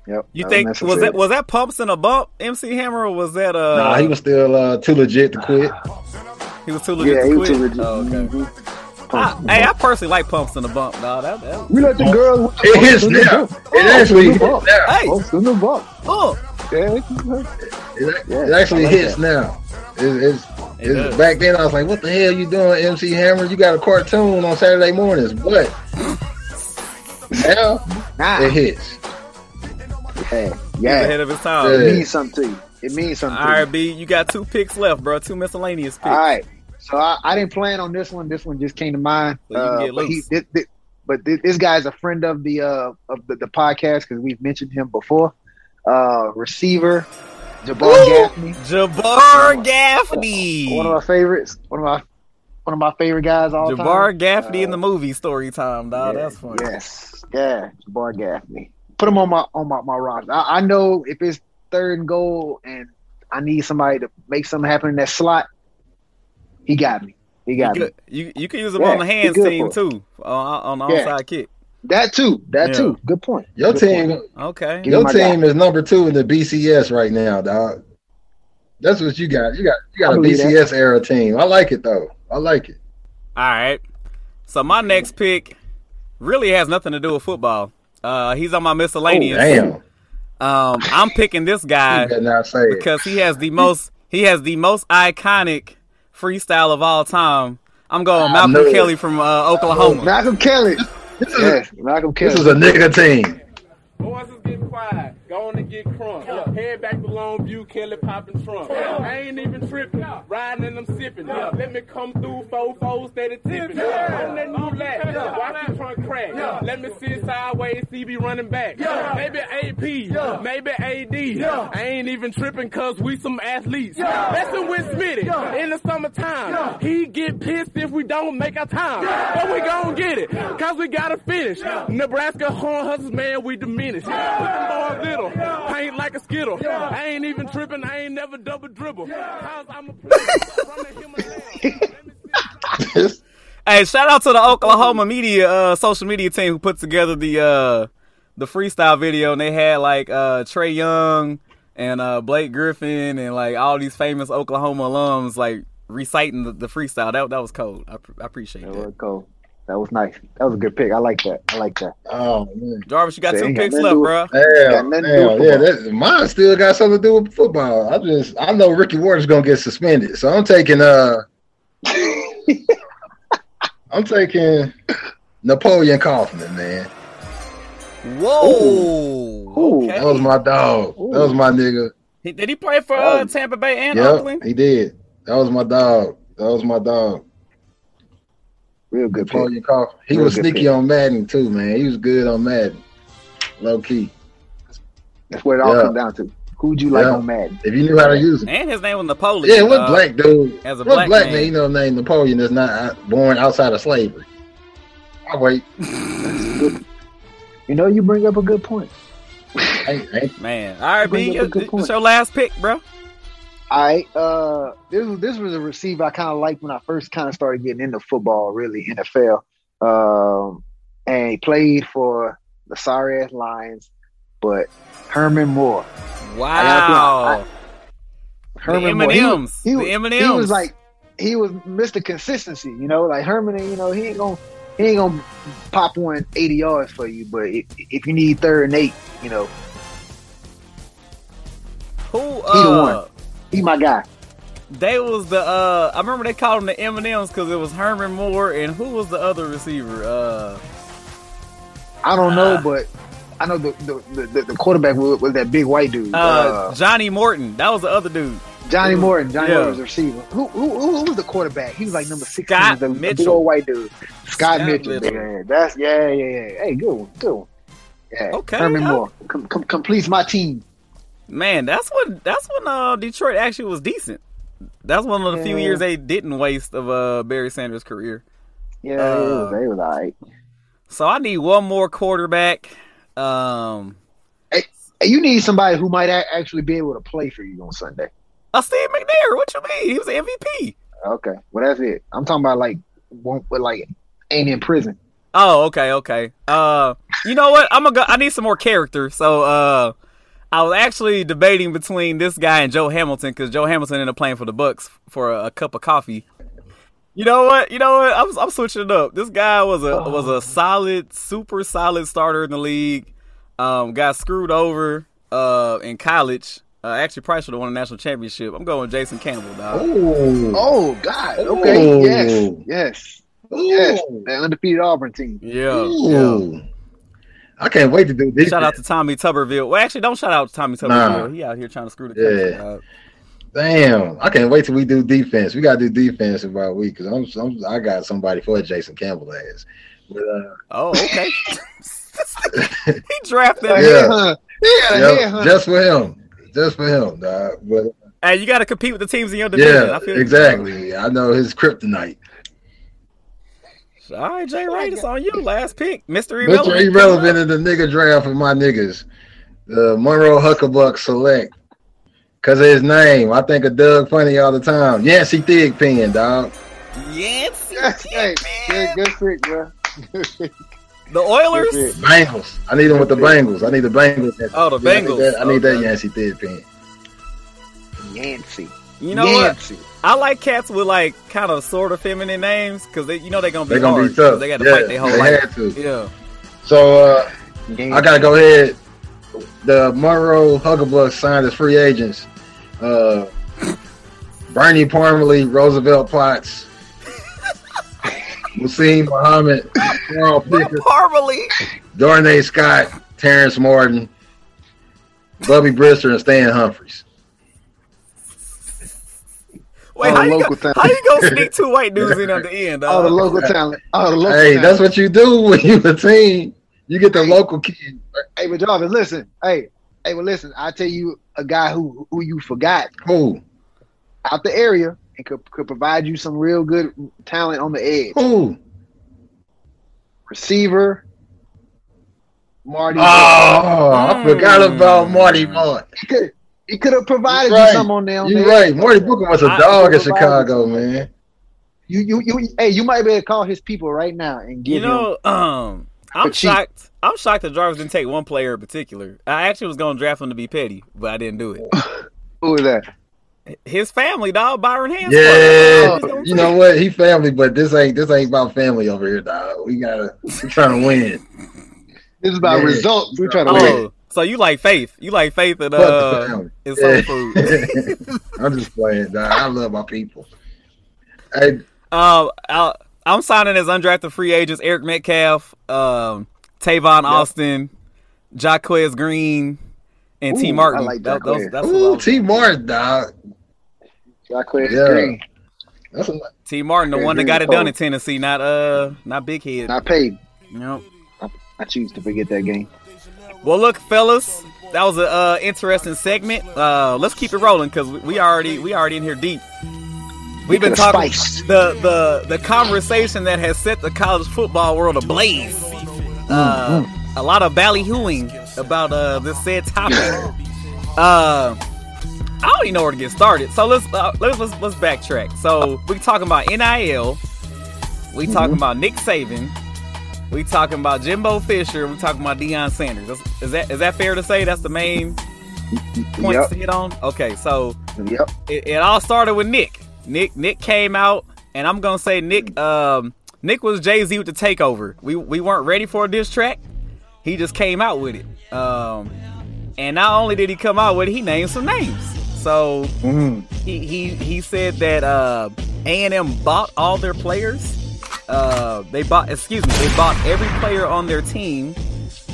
Speaker 4: Yep.
Speaker 1: You think was
Speaker 4: necessary.
Speaker 1: that was that pumps and a bump MC Hammer or was that uh
Speaker 3: nah, he was still uh, too legit to quit.
Speaker 1: he was too legit
Speaker 4: Yeah,
Speaker 1: to
Speaker 4: he was
Speaker 1: quit?
Speaker 4: too legit.
Speaker 1: Oh, okay. I, hey, I personally like pumps and a bump, dog. That, that
Speaker 4: We let the girls. with the
Speaker 3: Oh. It
Speaker 4: bumps
Speaker 3: is
Speaker 4: in the
Speaker 3: now.
Speaker 4: bump.
Speaker 3: It actually
Speaker 4: Bumps in the bump.
Speaker 3: hits now.
Speaker 1: hey,
Speaker 4: Bumps in the bump.
Speaker 1: oh,
Speaker 4: Yeah.
Speaker 3: It,
Speaker 4: Yeah,
Speaker 3: it actually
Speaker 4: I like
Speaker 3: hits now. It- it's,
Speaker 1: It
Speaker 3: it's-
Speaker 1: does.
Speaker 3: back then I was like, "What the hell you doing, MC Hammer? You got a cartoon on Saturday mornings? What?" Now
Speaker 4: Nah.
Speaker 3: it hits.
Speaker 4: Yeah.
Speaker 1: he's
Speaker 4: yeah.
Speaker 1: ahead of his
Speaker 4: It
Speaker 3: Yeah.
Speaker 1: time.
Speaker 4: means something to you. It means something. to you.
Speaker 1: RB, you got two picks left, bro. Two miscellaneous picks.
Speaker 4: All right. So I, I didn't plan on this one. This one just came to mind.
Speaker 1: Well, you can
Speaker 4: Uh,
Speaker 1: get
Speaker 4: but he,
Speaker 1: loose.
Speaker 4: thi- thi- but thi- this guy's a friend of the uh, of the, the podcast because we've mentioned him before. Uh, receiver Jabbar Gaffney,
Speaker 1: Jabbar Gaffney.
Speaker 4: one of my favorites. One of my one of my favorite guys all time.
Speaker 1: Jabbar Gaffney in the movie story time, dog.
Speaker 4: Uh, Yeah,
Speaker 1: Oh, That's funny.
Speaker 4: Yes, yeah, Jabbar Gaffney. Put him on my on my my roster. I, I know if it's third and goal and I need somebody to make something happen in that slot, he got me. He got
Speaker 1: You
Speaker 4: me.
Speaker 1: could, you, you could use him
Speaker 4: Yeah,
Speaker 1: on the hands
Speaker 4: he good
Speaker 1: team
Speaker 4: for
Speaker 1: too, uh, on the
Speaker 4: Yeah.
Speaker 1: onside kick.
Speaker 4: That too. That
Speaker 1: Yeah.
Speaker 4: too. Good point.
Speaker 3: Your
Speaker 4: Good
Speaker 3: team,
Speaker 4: point.
Speaker 1: Okay,
Speaker 4: Give
Speaker 3: your
Speaker 4: him my
Speaker 3: team is number two in the BCS right now, dog. That's what you got. You got you
Speaker 4: I
Speaker 3: got a
Speaker 4: believe that.
Speaker 3: BCS era team. I like it though. I like it.
Speaker 1: All right. So my next pick really has nothing to do with football. Uh, he's on my miscellaneous.
Speaker 3: Oh, Damn,
Speaker 1: um, I'm picking this
Speaker 3: you
Speaker 1: guy
Speaker 3: better not say it.
Speaker 1: because he has the most he has the most iconic freestyle of all time. I'm going
Speaker 3: know
Speaker 1: Malcolm
Speaker 3: it.
Speaker 1: Kelly from uh, Oklahoma.
Speaker 4: Malcolm Kelly. Yes, Malcolm Kelly.
Speaker 3: This is a nigga team. *laughs*
Speaker 7: Boys is getting quiet, going to get crunk. Head back to Longview, Kelly popping trunk. I ain't even tripping, riding and I'm sipping. Let me come through, four fours, steady tipping. On that new lat, watch the trunk crack. Let me sit sideways, CB running back. Maybe AP, maybe AD. I ain't even tripping, cause we some athletes. Messing with Smitty in the summertime. He get pissed if we don't make our time. But we gon' get it, cause we gotta finish. Nebraska Horn Hustlers, man, we diminish. Put them boys little, paint like a skittle. I ain't even tripping, I ain't never double dribble. Cause I'm a player from the Himalayas.
Speaker 1: Hey, shout out to the Oklahoma media uh, social media team who put together the uh, the freestyle video, and they had like uh, Trey Young and uh, Blake Griffin and like all these famous Oklahoma alums like reciting the, the freestyle. That that was cold. I, pr- I appreciate
Speaker 4: That
Speaker 1: that.
Speaker 4: was cool. That was nice. That was a good pick. I like that. I like that.
Speaker 3: Oh man.
Speaker 1: Jarvis, you got
Speaker 4: Dang,
Speaker 1: two
Speaker 4: I
Speaker 1: picks
Speaker 4: didn't
Speaker 1: left,
Speaker 4: do it.
Speaker 1: bruh.
Speaker 4: Got
Speaker 3: Hell,
Speaker 4: nothing to do
Speaker 3: hell,
Speaker 4: with
Speaker 3: yeah, that, mine still got something to do with football. I
Speaker 4: *laughs*
Speaker 3: just I know Ricky Warren's gonna get suspended, so I'm taking uh I'm taking Napoleon Kaufman, man.
Speaker 1: Whoa.
Speaker 4: Ooh.
Speaker 1: Okay.
Speaker 3: That was my dog. That was my nigga.
Speaker 1: He- did he play for uh, Tampa Bay and
Speaker 3: Yep,
Speaker 1: Oakland?
Speaker 3: he did. That was my dog. That was my dog.
Speaker 4: Real good pick.
Speaker 3: Napoleon Kaufman. He
Speaker 4: Real
Speaker 3: was
Speaker 4: good
Speaker 3: sneaky
Speaker 4: pick.
Speaker 3: on Madden too, man. He was good on Madden. Low key.
Speaker 4: That's what it all
Speaker 3: Yeah.
Speaker 4: comes down to. Who'd you like
Speaker 3: Yeah.
Speaker 4: on Madden?
Speaker 3: If you knew how to use it.
Speaker 1: And his name was Napoleon.
Speaker 3: Yeah, what
Speaker 1: uh,
Speaker 3: black dude?
Speaker 1: as a
Speaker 3: what
Speaker 1: black
Speaker 3: black
Speaker 1: man.
Speaker 3: man, you know, named Napoleon is not out- born outside of slavery. I wait.
Speaker 4: You know, you bring up a good point.
Speaker 3: I ain't, I ain't
Speaker 1: Man. All right, B.
Speaker 4: Bring up a
Speaker 1: Your,
Speaker 4: good
Speaker 1: it's
Speaker 4: point.
Speaker 1: your last pick, bro.
Speaker 4: I uh, this was this was a receiver I kind of liked when I first kind of started getting into football, really NFL. Um, and he played for the sorry ass Lions, but Herman Moore.
Speaker 1: Wow.
Speaker 4: Herman
Speaker 1: the
Speaker 4: Moore. he was-
Speaker 1: M&Ms.
Speaker 4: He, was-
Speaker 1: the M&Ms.
Speaker 4: he was like he was Mr. Consistency, you know, like Herman, you know, he ain't gonna he ain't gonna pop one 80 yards for you, but if, if you need third and eight, you know,
Speaker 1: who
Speaker 4: he the
Speaker 1: uh
Speaker 4: he my guy.
Speaker 1: they was the uh I remember they called him the M&Ms cuz it was Herman Moore and who was the other receiver? Uh
Speaker 4: I don't know,
Speaker 1: Uh.
Speaker 4: but I know the the, the, the quarterback was, was that big white dude.
Speaker 1: uh,
Speaker 4: Uh,
Speaker 1: Johnny Morton. That was the other dude.
Speaker 4: Johnny Morton. Johnny
Speaker 1: yeah.
Speaker 4: Morton was the receiver. Who, who, who, who was the quarterback? He was like number 16.
Speaker 1: Scott
Speaker 4: the, the big
Speaker 1: Mitchell.
Speaker 4: old white dude. Scott,
Speaker 1: Scott
Speaker 4: Mitchell.
Speaker 1: Mitchell.
Speaker 4: Yeah, that's, yeah, yeah, yeah. Hey, good one. Good one. Yeah.
Speaker 1: Okay,
Speaker 4: Herman
Speaker 1: I-
Speaker 4: Moore. Com, com, completes my team.
Speaker 1: Man, that's when that's when uh, Detroit actually was decent. That's one of the few
Speaker 4: Yeah.
Speaker 1: years they didn't waste of uh, Barry Sanders' career.
Speaker 4: Yeah,
Speaker 1: Uh,
Speaker 4: they was, they was all right.
Speaker 1: So I need one more quarterback. Um,
Speaker 4: Hey, you need somebody who might a- actually be able to play for you on Sunday.
Speaker 1: uh, Steve McNair. What you mean? He was an MVP.
Speaker 4: Okay. Well, that's it. I'm talking about like, won't, but like, ain't in prison.
Speaker 1: Oh, okay, okay. Uh, you know what? I'm gonna go. I need some more character. So uh, I was actually debating between this guy and Joe Hamilton because Joe Hamilton ended up playing for the Bucks for a, a cup of coffee. You know what? You know what? I'm I'm switching it up. This guy was a was a solid, super solid starter in the league. Um, got screwed over uh in college. Uh, actually, probably should have won a national championship. I'm going with Jason Campbell, dog.
Speaker 3: Ooh.
Speaker 4: Oh, God. Okay.
Speaker 3: Ooh.
Speaker 4: Yes. Yes. Yes.
Speaker 3: Ooh.
Speaker 4: That undefeated Auburn team.
Speaker 1: Yeah. Oh, yeah.
Speaker 3: Ooh. I can't wait to do this.
Speaker 1: Shout out to Tommy Tuberville. Well, actually, don't shout out to Tommy Tuberville.
Speaker 3: Nah.
Speaker 1: He out here trying to screw the
Speaker 3: Yeah.
Speaker 1: country. dog.
Speaker 3: Damn, I can't wait till we do defense. We gotta do defense in about a week because I'm, I'm I got somebody for Jason Campbell ass. But uh,
Speaker 1: Oh,
Speaker 3: *laughs*
Speaker 1: okay. he drafted.
Speaker 4: Like,
Speaker 1: him.
Speaker 3: Yeah.
Speaker 4: huh? Yeah,
Speaker 3: yep,
Speaker 4: yeah, huh?
Speaker 3: just for him, just for him, dog. But
Speaker 1: Hey, you got to compete with the teams in your division.
Speaker 3: yeah,
Speaker 1: I feel you.
Speaker 3: exactly. I know his kryptonite.
Speaker 1: All right, Jay Wright, it's on you. Last pick, Mr. Irrelevant.
Speaker 3: Mr. Irrelevant in the nigga draft for my niggas. The Monroe Huckabuck select. Cause of his name. I think of Doug funny all the time. Yancey Thigpen, dog.
Speaker 1: Yes.
Speaker 4: Yes, hey,
Speaker 1: man.
Speaker 4: good, good pick, bro.
Speaker 1: The
Speaker 4: Good
Speaker 1: Oilers.
Speaker 4: pick.
Speaker 3: Bengals. I need him with the Bengals. I need the Bengals.
Speaker 1: Oh, the
Speaker 3: Yeah, I need
Speaker 1: Bengals.
Speaker 3: that, I need that
Speaker 1: Okay.
Speaker 3: Yancey Thigpen.
Speaker 4: Yancy.
Speaker 1: You know what?
Speaker 4: Yancy.
Speaker 1: I like cats with like kind of sort of feminine names because they, you know, they're gonna be
Speaker 3: They're gonna
Speaker 1: hard
Speaker 3: be tough.
Speaker 1: They got to
Speaker 3: yeah,
Speaker 1: fight their whole
Speaker 3: they
Speaker 1: life.
Speaker 3: had to.
Speaker 1: Yeah.
Speaker 3: So uh,
Speaker 4: Yancy.
Speaker 3: I gotta go ahead. The Monroe Huckabuck signed as free agents. Uh, Bernie Parmalee, Roosevelt Potts, Wasim Muhammad, Carl Pickett,
Speaker 1: Parmalee.
Speaker 3: Darnay Scott, Terrence Martin, Bubby Brister, and Stan Humphries.
Speaker 1: Wait,
Speaker 4: All
Speaker 1: how
Speaker 4: the
Speaker 1: you,
Speaker 4: local
Speaker 1: go,
Speaker 4: talent.
Speaker 1: how you
Speaker 3: *laughs*
Speaker 1: gonna sneak two white dudes in at the end?
Speaker 4: all the
Speaker 1: dog?
Speaker 4: local talent. All the local
Speaker 3: uh, Hey,
Speaker 4: talent.
Speaker 3: that's what you do when you a team. You get the local kid.
Speaker 4: Hey, but Jarvis, listen. Hey, hey, well, listen. I tell you, a guy who who you forgot
Speaker 3: Who?
Speaker 4: out the area and could could provide you some real good talent on the edge.
Speaker 3: Who?
Speaker 4: Receiver, Marty.
Speaker 3: Oh, I forgot about Marty Martin.
Speaker 4: He could he could have provided
Speaker 3: You right.
Speaker 4: you some on there. on
Speaker 3: You
Speaker 4: the edge.
Speaker 3: right. Marty Booker was a
Speaker 1: I-
Speaker 3: dog in
Speaker 4: Booker was
Speaker 3: Chicago, man.
Speaker 4: You, you you Hey, you might be able to call his people right now and give
Speaker 1: You
Speaker 4: him.
Speaker 1: know, um, I'm
Speaker 4: But cheap.
Speaker 1: shocked. I'm shocked that Jarvis didn't take one player in particular. I actually was gonna draft him to be petty, but I didn't do it.
Speaker 4: Who is that?
Speaker 1: His family, dog, Byron Hands.
Speaker 3: Yeah, you know what? He family, but this ain't this ain't about family over here, dog. We gotta we trying to
Speaker 1: *laughs*
Speaker 3: win.
Speaker 4: This is about
Speaker 3: Yeah.
Speaker 4: results. We try to win.
Speaker 1: Oh, so you like Faith? You like Faith and
Speaker 3: Fuck the
Speaker 1: uh,
Speaker 3: family.
Speaker 1: and soul
Speaker 3: Yeah.
Speaker 4: *laughs*
Speaker 1: food.
Speaker 3: I'm just playing, dog. I love my people. Hey,
Speaker 1: Um, I I'm signing as undrafted free agents Eric Metcalf, um, Tavon Austin, Jaquez Green, and T.
Speaker 4: Ooh,
Speaker 1: Martin.
Speaker 4: I like
Speaker 1: That- those-
Speaker 4: Jaquez.
Speaker 1: that's who I
Speaker 3: Ooh,
Speaker 1: was-
Speaker 3: T. Martin, dog.
Speaker 4: Jacquez
Speaker 3: Yeah.
Speaker 4: Green,
Speaker 3: That's a,
Speaker 1: T. Martin, the
Speaker 4: Jaquez
Speaker 1: one that
Speaker 4: Green
Speaker 1: got it
Speaker 4: Cole.
Speaker 1: done in Tennessee, not uh, not Big Head.
Speaker 4: not paid.
Speaker 1: Yep.
Speaker 4: I choose to forget that game.
Speaker 1: Well, look, fellas, that was a uh, interesting segment. Uh, let's keep it rolling because we already we already in here deep. We've been
Speaker 4: the
Speaker 1: talking
Speaker 4: spice.
Speaker 1: the, the the conversation that has set the college football world ablaze. Uh, a lot of ballyhooing about uh, this said topic. uh, I don't even know where to get started. So let's uh, let's, let's let's backtrack. So we talking about NIL. We talking about Nick Saban. We talking about Jimbo Fisher. We talking about Deion Sanders. That's, is that is that fair to say? That's the main points
Speaker 4: Yep.
Speaker 1: to hit on. Okay, so
Speaker 4: Yep.
Speaker 1: it, it all started with Nick. Nick Nick came out, and I'm gonna say Nick um Nick was Jay Z with the takeover. We we weren't ready for a diss track. He just came out with it. Um, and not only did he come out with it, he named some names. So he he he said that uh A&M bought all their players. Uh, they bought excuse me, they bought every player on their team.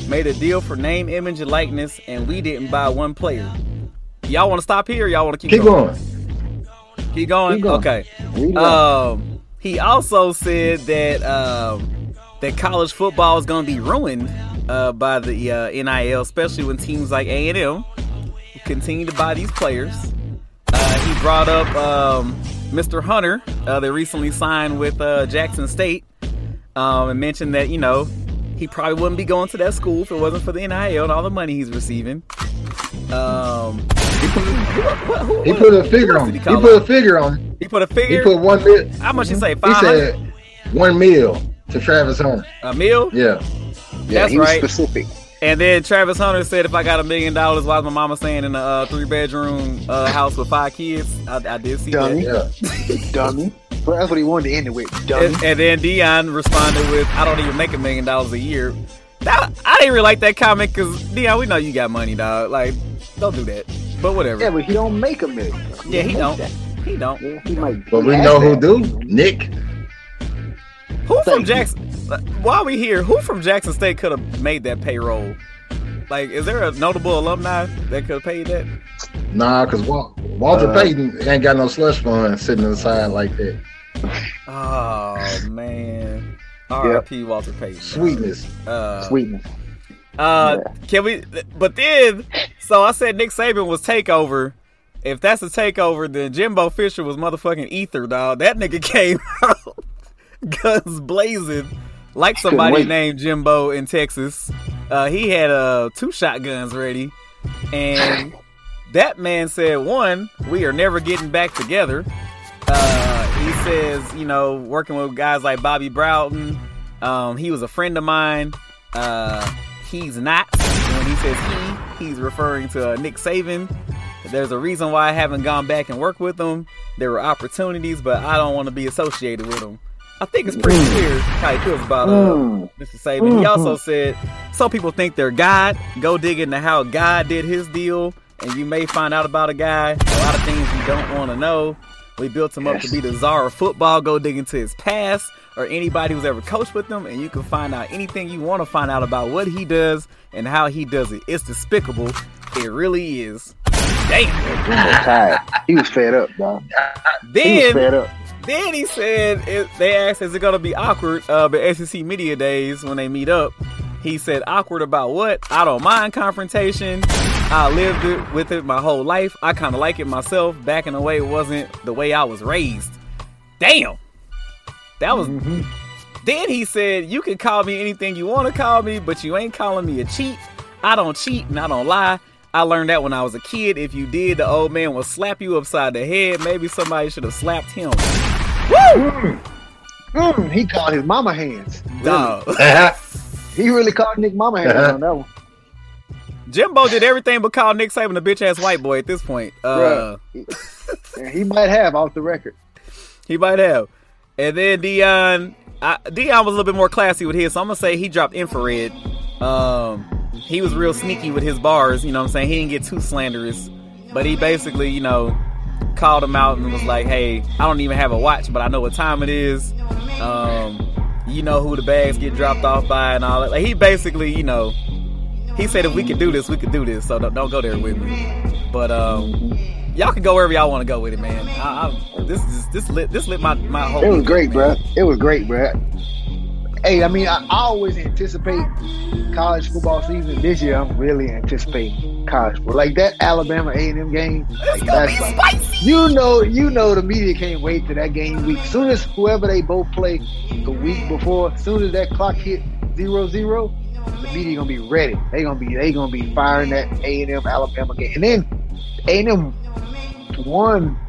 Speaker 1: Made a deal for name, image, and likeness, and we didn't buy one player. Y'all want to stop here? Or y'all want to keep,
Speaker 3: keep
Speaker 1: going?
Speaker 3: going.
Speaker 1: Keep going.
Speaker 4: Keep going.
Speaker 1: Okay.
Speaker 4: Read it up.
Speaker 1: Um, he also said that um, that college football is going to be ruined uh, by the uh, NIL, especially when teams like A and M continue to buy these players. Uh, he brought up um, Mr. Hunter. Uh, they recently signed with uh, Jackson State, um, and mentioned that you know he probably wouldn't be going to that school if it wasn't for the NIL and all the money he's receiving. Um, he put, who- who- who-
Speaker 3: He put a
Speaker 1: who
Speaker 3: figure
Speaker 1: else
Speaker 3: on.
Speaker 1: did
Speaker 3: He
Speaker 1: call
Speaker 3: put
Speaker 1: out?
Speaker 3: a figure on.
Speaker 1: He put a
Speaker 3: He
Speaker 1: figure.
Speaker 3: put one mil.
Speaker 1: How much
Speaker 4: Mm-hmm.
Speaker 1: you say?
Speaker 3: He
Speaker 1: Five hundred.
Speaker 3: said one mil to Travis Hunter.
Speaker 1: A meal.
Speaker 3: Yeah.
Speaker 4: Yeah,
Speaker 1: that's
Speaker 4: he was
Speaker 1: right.
Speaker 4: specific.
Speaker 1: And then Travis Hunter said, "If I got a million dollars, why is my mama staying in a uh, three-bedroom uh, house with five kids?" I, I did see
Speaker 4: Dummy.
Speaker 1: that.
Speaker 3: Yeah.
Speaker 4: Dummy. Well, that's what he wanted to end it with. Dummy.
Speaker 1: And, and then Dion responded with, "I don't even make a million dollars a year." That, I didn't really like that comment because Dion, we know you got money, dog. Like, don't do that. But whatever.
Speaker 4: yeah,
Speaker 1: Yeah,
Speaker 4: but he don't make a million.
Speaker 1: he don't.
Speaker 4: that.
Speaker 1: He don't.
Speaker 4: Yeah, he might.
Speaker 3: But we
Speaker 4: he
Speaker 3: know
Speaker 4: has
Speaker 3: who
Speaker 4: that.
Speaker 3: do. Nick.
Speaker 1: Who
Speaker 4: Thank
Speaker 1: from
Speaker 4: you.
Speaker 1: Jackson? uh, While we here, who from Jackson State could have made that payroll? Like, is there a notable alumni that could have paid that?
Speaker 3: Nah, cause Wal- Walter Payton ain't got no slush fund sitting aside like that.
Speaker 1: Oh man. R.I.P. Walter Payton.
Speaker 3: Sweetness.
Speaker 1: Uh,
Speaker 4: Sweetness.
Speaker 1: Uh, Can we? But then, so I said Nick Saban was takeover. If that's a takeover, then Jimbo Fisher was motherfucking ether, dog. That nigga *laughs* came out guns blazing, like somebody
Speaker 4: wait.
Speaker 1: named Jimbo in Texas. Uh, he had uh two shotguns ready, and that man said, "One, we are never getting back together." Uh, he says, you know, working with guys like Bobby Broughton, um, he was a friend of mine. Uh, he's not. When he says he, he's referring to uh, Nick Saban. There's a reason why I haven't gone back and worked with him. There were opportunities, but I don't want to be associated with him. I think it's pretty clear how he feels about uh,
Speaker 4: Mm. Mm-hmm.
Speaker 1: Mr. Saban. He also said some people think they're God. Go dig into how God did his deal, and you may find out about a guy a lot of things you don't want to know. We built him up to
Speaker 4: Yes.
Speaker 1: be the czar of football. Go dig into his past or anybody who's ever coached with him, and you can find out anything you want to find out about what he does and how he does it. It's despicable. It really is. Damn.
Speaker 4: Jimbo tired. He was fed up, dog. He was
Speaker 1: Then
Speaker 4: fed up.
Speaker 1: then he said, it, they asked, is it going to be awkward uh, but SEC media days when they meet up? He said, awkward about what? I don't mind confrontation. I lived it with it my whole life. I kind of like it myself. Backing away wasn't the way I was raised. Damn. That was. Then he said, you can call me anything you want to call me, but you ain't calling me a cheat. I don't cheat and I don't lie. I learned that when I was a kid. If you did, the old man will slap you upside the head. Maybe somebody should have slapped him.
Speaker 4: Mm, he called his mama hands.
Speaker 1: Dog.
Speaker 4: He really called Nick mama hands on that one.
Speaker 1: *laughs* Jimbo did everything but call Nick Saban a bitch ass white boy at this point. Uh,
Speaker 4: Bruh. Yeah, he might have off the record.
Speaker 1: he might have. And then Dion, I, Dion was a little bit more classy with his, so I'm gonna say he dropped infrared. Um, he was real sneaky with his bars. You know what I'm saying? He didn't get too slanderous, but he basically, you know, called him out and was like, "Hey, I don't even have a watch, but I know what time it is. Um, you know who the bags get dropped off by and all that. Like he basically, you know, he said if we could do this, we could do this. So don't, don't go there with me. But um, y'all can go wherever y'all want to go with it, man. I, I, this is this lit this lit my my whole.
Speaker 4: It was great,
Speaker 1: weekend, man.
Speaker 4: bruh. It was great, bruh. Hey, I mean, I I always anticipate college football season. This year, I'm really anticipating college football. Like that Alabama A&M game. Like, that's like, you know, you know, the media can't wait to that game week. Soon as whoever they both play the week before, soon as that clock hit zero zero, the media gonna be ready. They gonna be they gonna be firing that A&M Alabama game, and then A&M won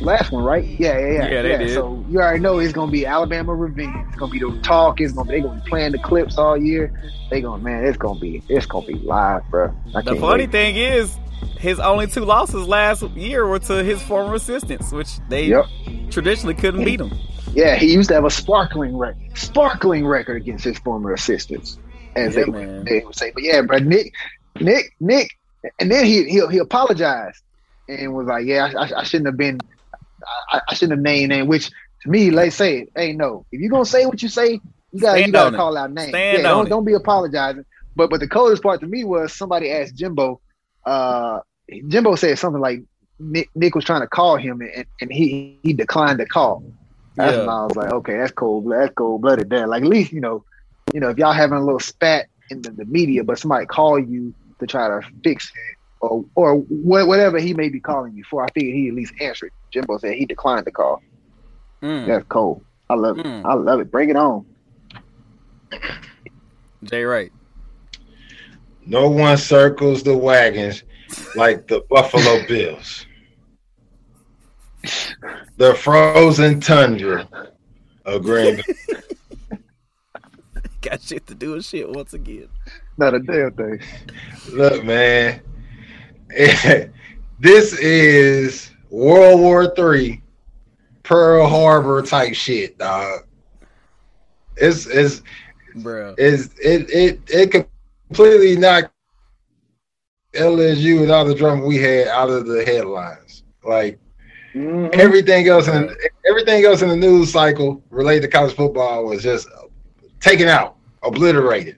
Speaker 4: last one, right? Yeah, yeah, yeah.
Speaker 1: Yeah, they did.
Speaker 4: So you already know it's gonna be Alabama revenge. It's gonna be the talk. It's gonna be, they gonna be playing the clips all year. They gonna man, it's gonna be it's gonna be live, bro. I
Speaker 1: The
Speaker 4: can't
Speaker 1: funny
Speaker 4: wait.
Speaker 1: thing is, his only two losses last year were to his former assistants, which they
Speaker 4: Yep.
Speaker 1: traditionally couldn't beat him.
Speaker 4: Yeah, he used to have a sparkling record, sparkling record against his former assistants, as
Speaker 1: Yeah,
Speaker 4: they,
Speaker 1: man.
Speaker 4: they would say. But yeah, bro, Nick, Nick, Nick, and then he he he apologized and was like, "Yeah, I, I, I shouldn't have been, I, I- I shouldn't have named name." Which to me, like say, it. "Hey, no, if you gonna say what you say, you gotta
Speaker 1: Stand
Speaker 4: you gotta
Speaker 1: on it.
Speaker 4: call out names.
Speaker 1: Stand
Speaker 4: yeah,
Speaker 1: on
Speaker 4: don't
Speaker 1: it.
Speaker 4: don't be apologizing." But but the coldest part to me was somebody asked Jimbo. uh Jimbo said something like Nick, Nick was trying to call him and, and he he declined the call. That's
Speaker 1: Yeah.
Speaker 4: when I was like, okay, that's cold, that's cold blooded. There, like at least you know, you know, if y'all having a little spat in the, the media, but somebody call you to try to fix it or or wha- whatever he may be calling you for, I figured he at least answered. Jimbo said he declined the call.
Speaker 1: Mm.
Speaker 4: That's cold. I love it.
Speaker 1: Mm.
Speaker 4: I love it. Bring it on.
Speaker 1: Jay Wright. *laughs*
Speaker 3: No one circles the wagons like the Buffalo Bills. The frozen tundra of Green Bay.
Speaker 1: Got shit to do and shit once again.
Speaker 4: Not a damn thing.
Speaker 3: Look, man, *laughs* this is World War Three, Pearl Harbor type shit, dog. It's it's
Speaker 1: Bruh.
Speaker 3: is it it it completely knocked LSU and all the drama we had out of the headlines. Like
Speaker 4: Mm-hmm.
Speaker 3: everything else in everything else in the news cycle related to college football was just taken out, obliterated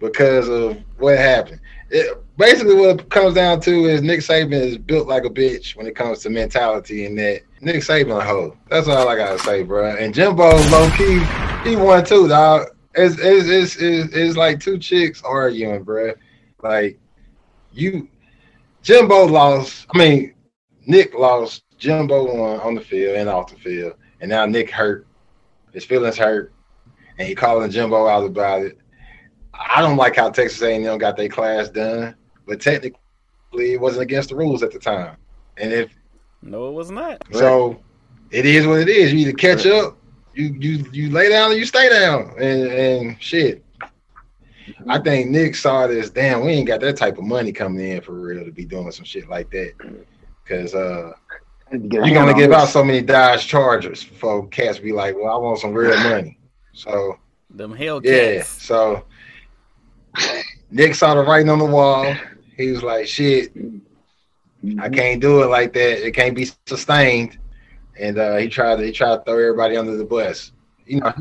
Speaker 3: because of what happened. It, basically, what it comes down to is Nick Saban is built like a bitch when it comes to mentality, and that Nick Saban a hoe. That's all I gotta say, bruh. And Jimbo's low key, he won too, dog. It's it's it's, it's, it's like two chicks arguing, bruh. Like you, Jimbo lost. I mean, Nick lost. Jimbo won on the field and off the field, and now Nick hurt. His feelings hurt, and he calling Jimbo out about it. I don't like how Texas A&M got their class done, but technically it wasn't against the rules at the time. And if
Speaker 1: No, it was not.
Speaker 3: so, it is what it is. You either catch up, you you you lay down, or you stay down, and and shit. I think Nick saw this. Damn, we ain't got that type of money coming in for real to be doing some shit like that. Cause uh,
Speaker 4: You're
Speaker 3: you're gonna give out so many Dodge Chargers before cats be like, "Well, I want some real money." So
Speaker 1: Them Hellcats.
Speaker 3: yeah. So Nick saw the writing on the wall. He was like, "Shit,
Speaker 1: Mm-hmm.
Speaker 3: I can't do it like that. It can't be sustained." And uh, he tried to he tried to throw everybody under the bus. You know,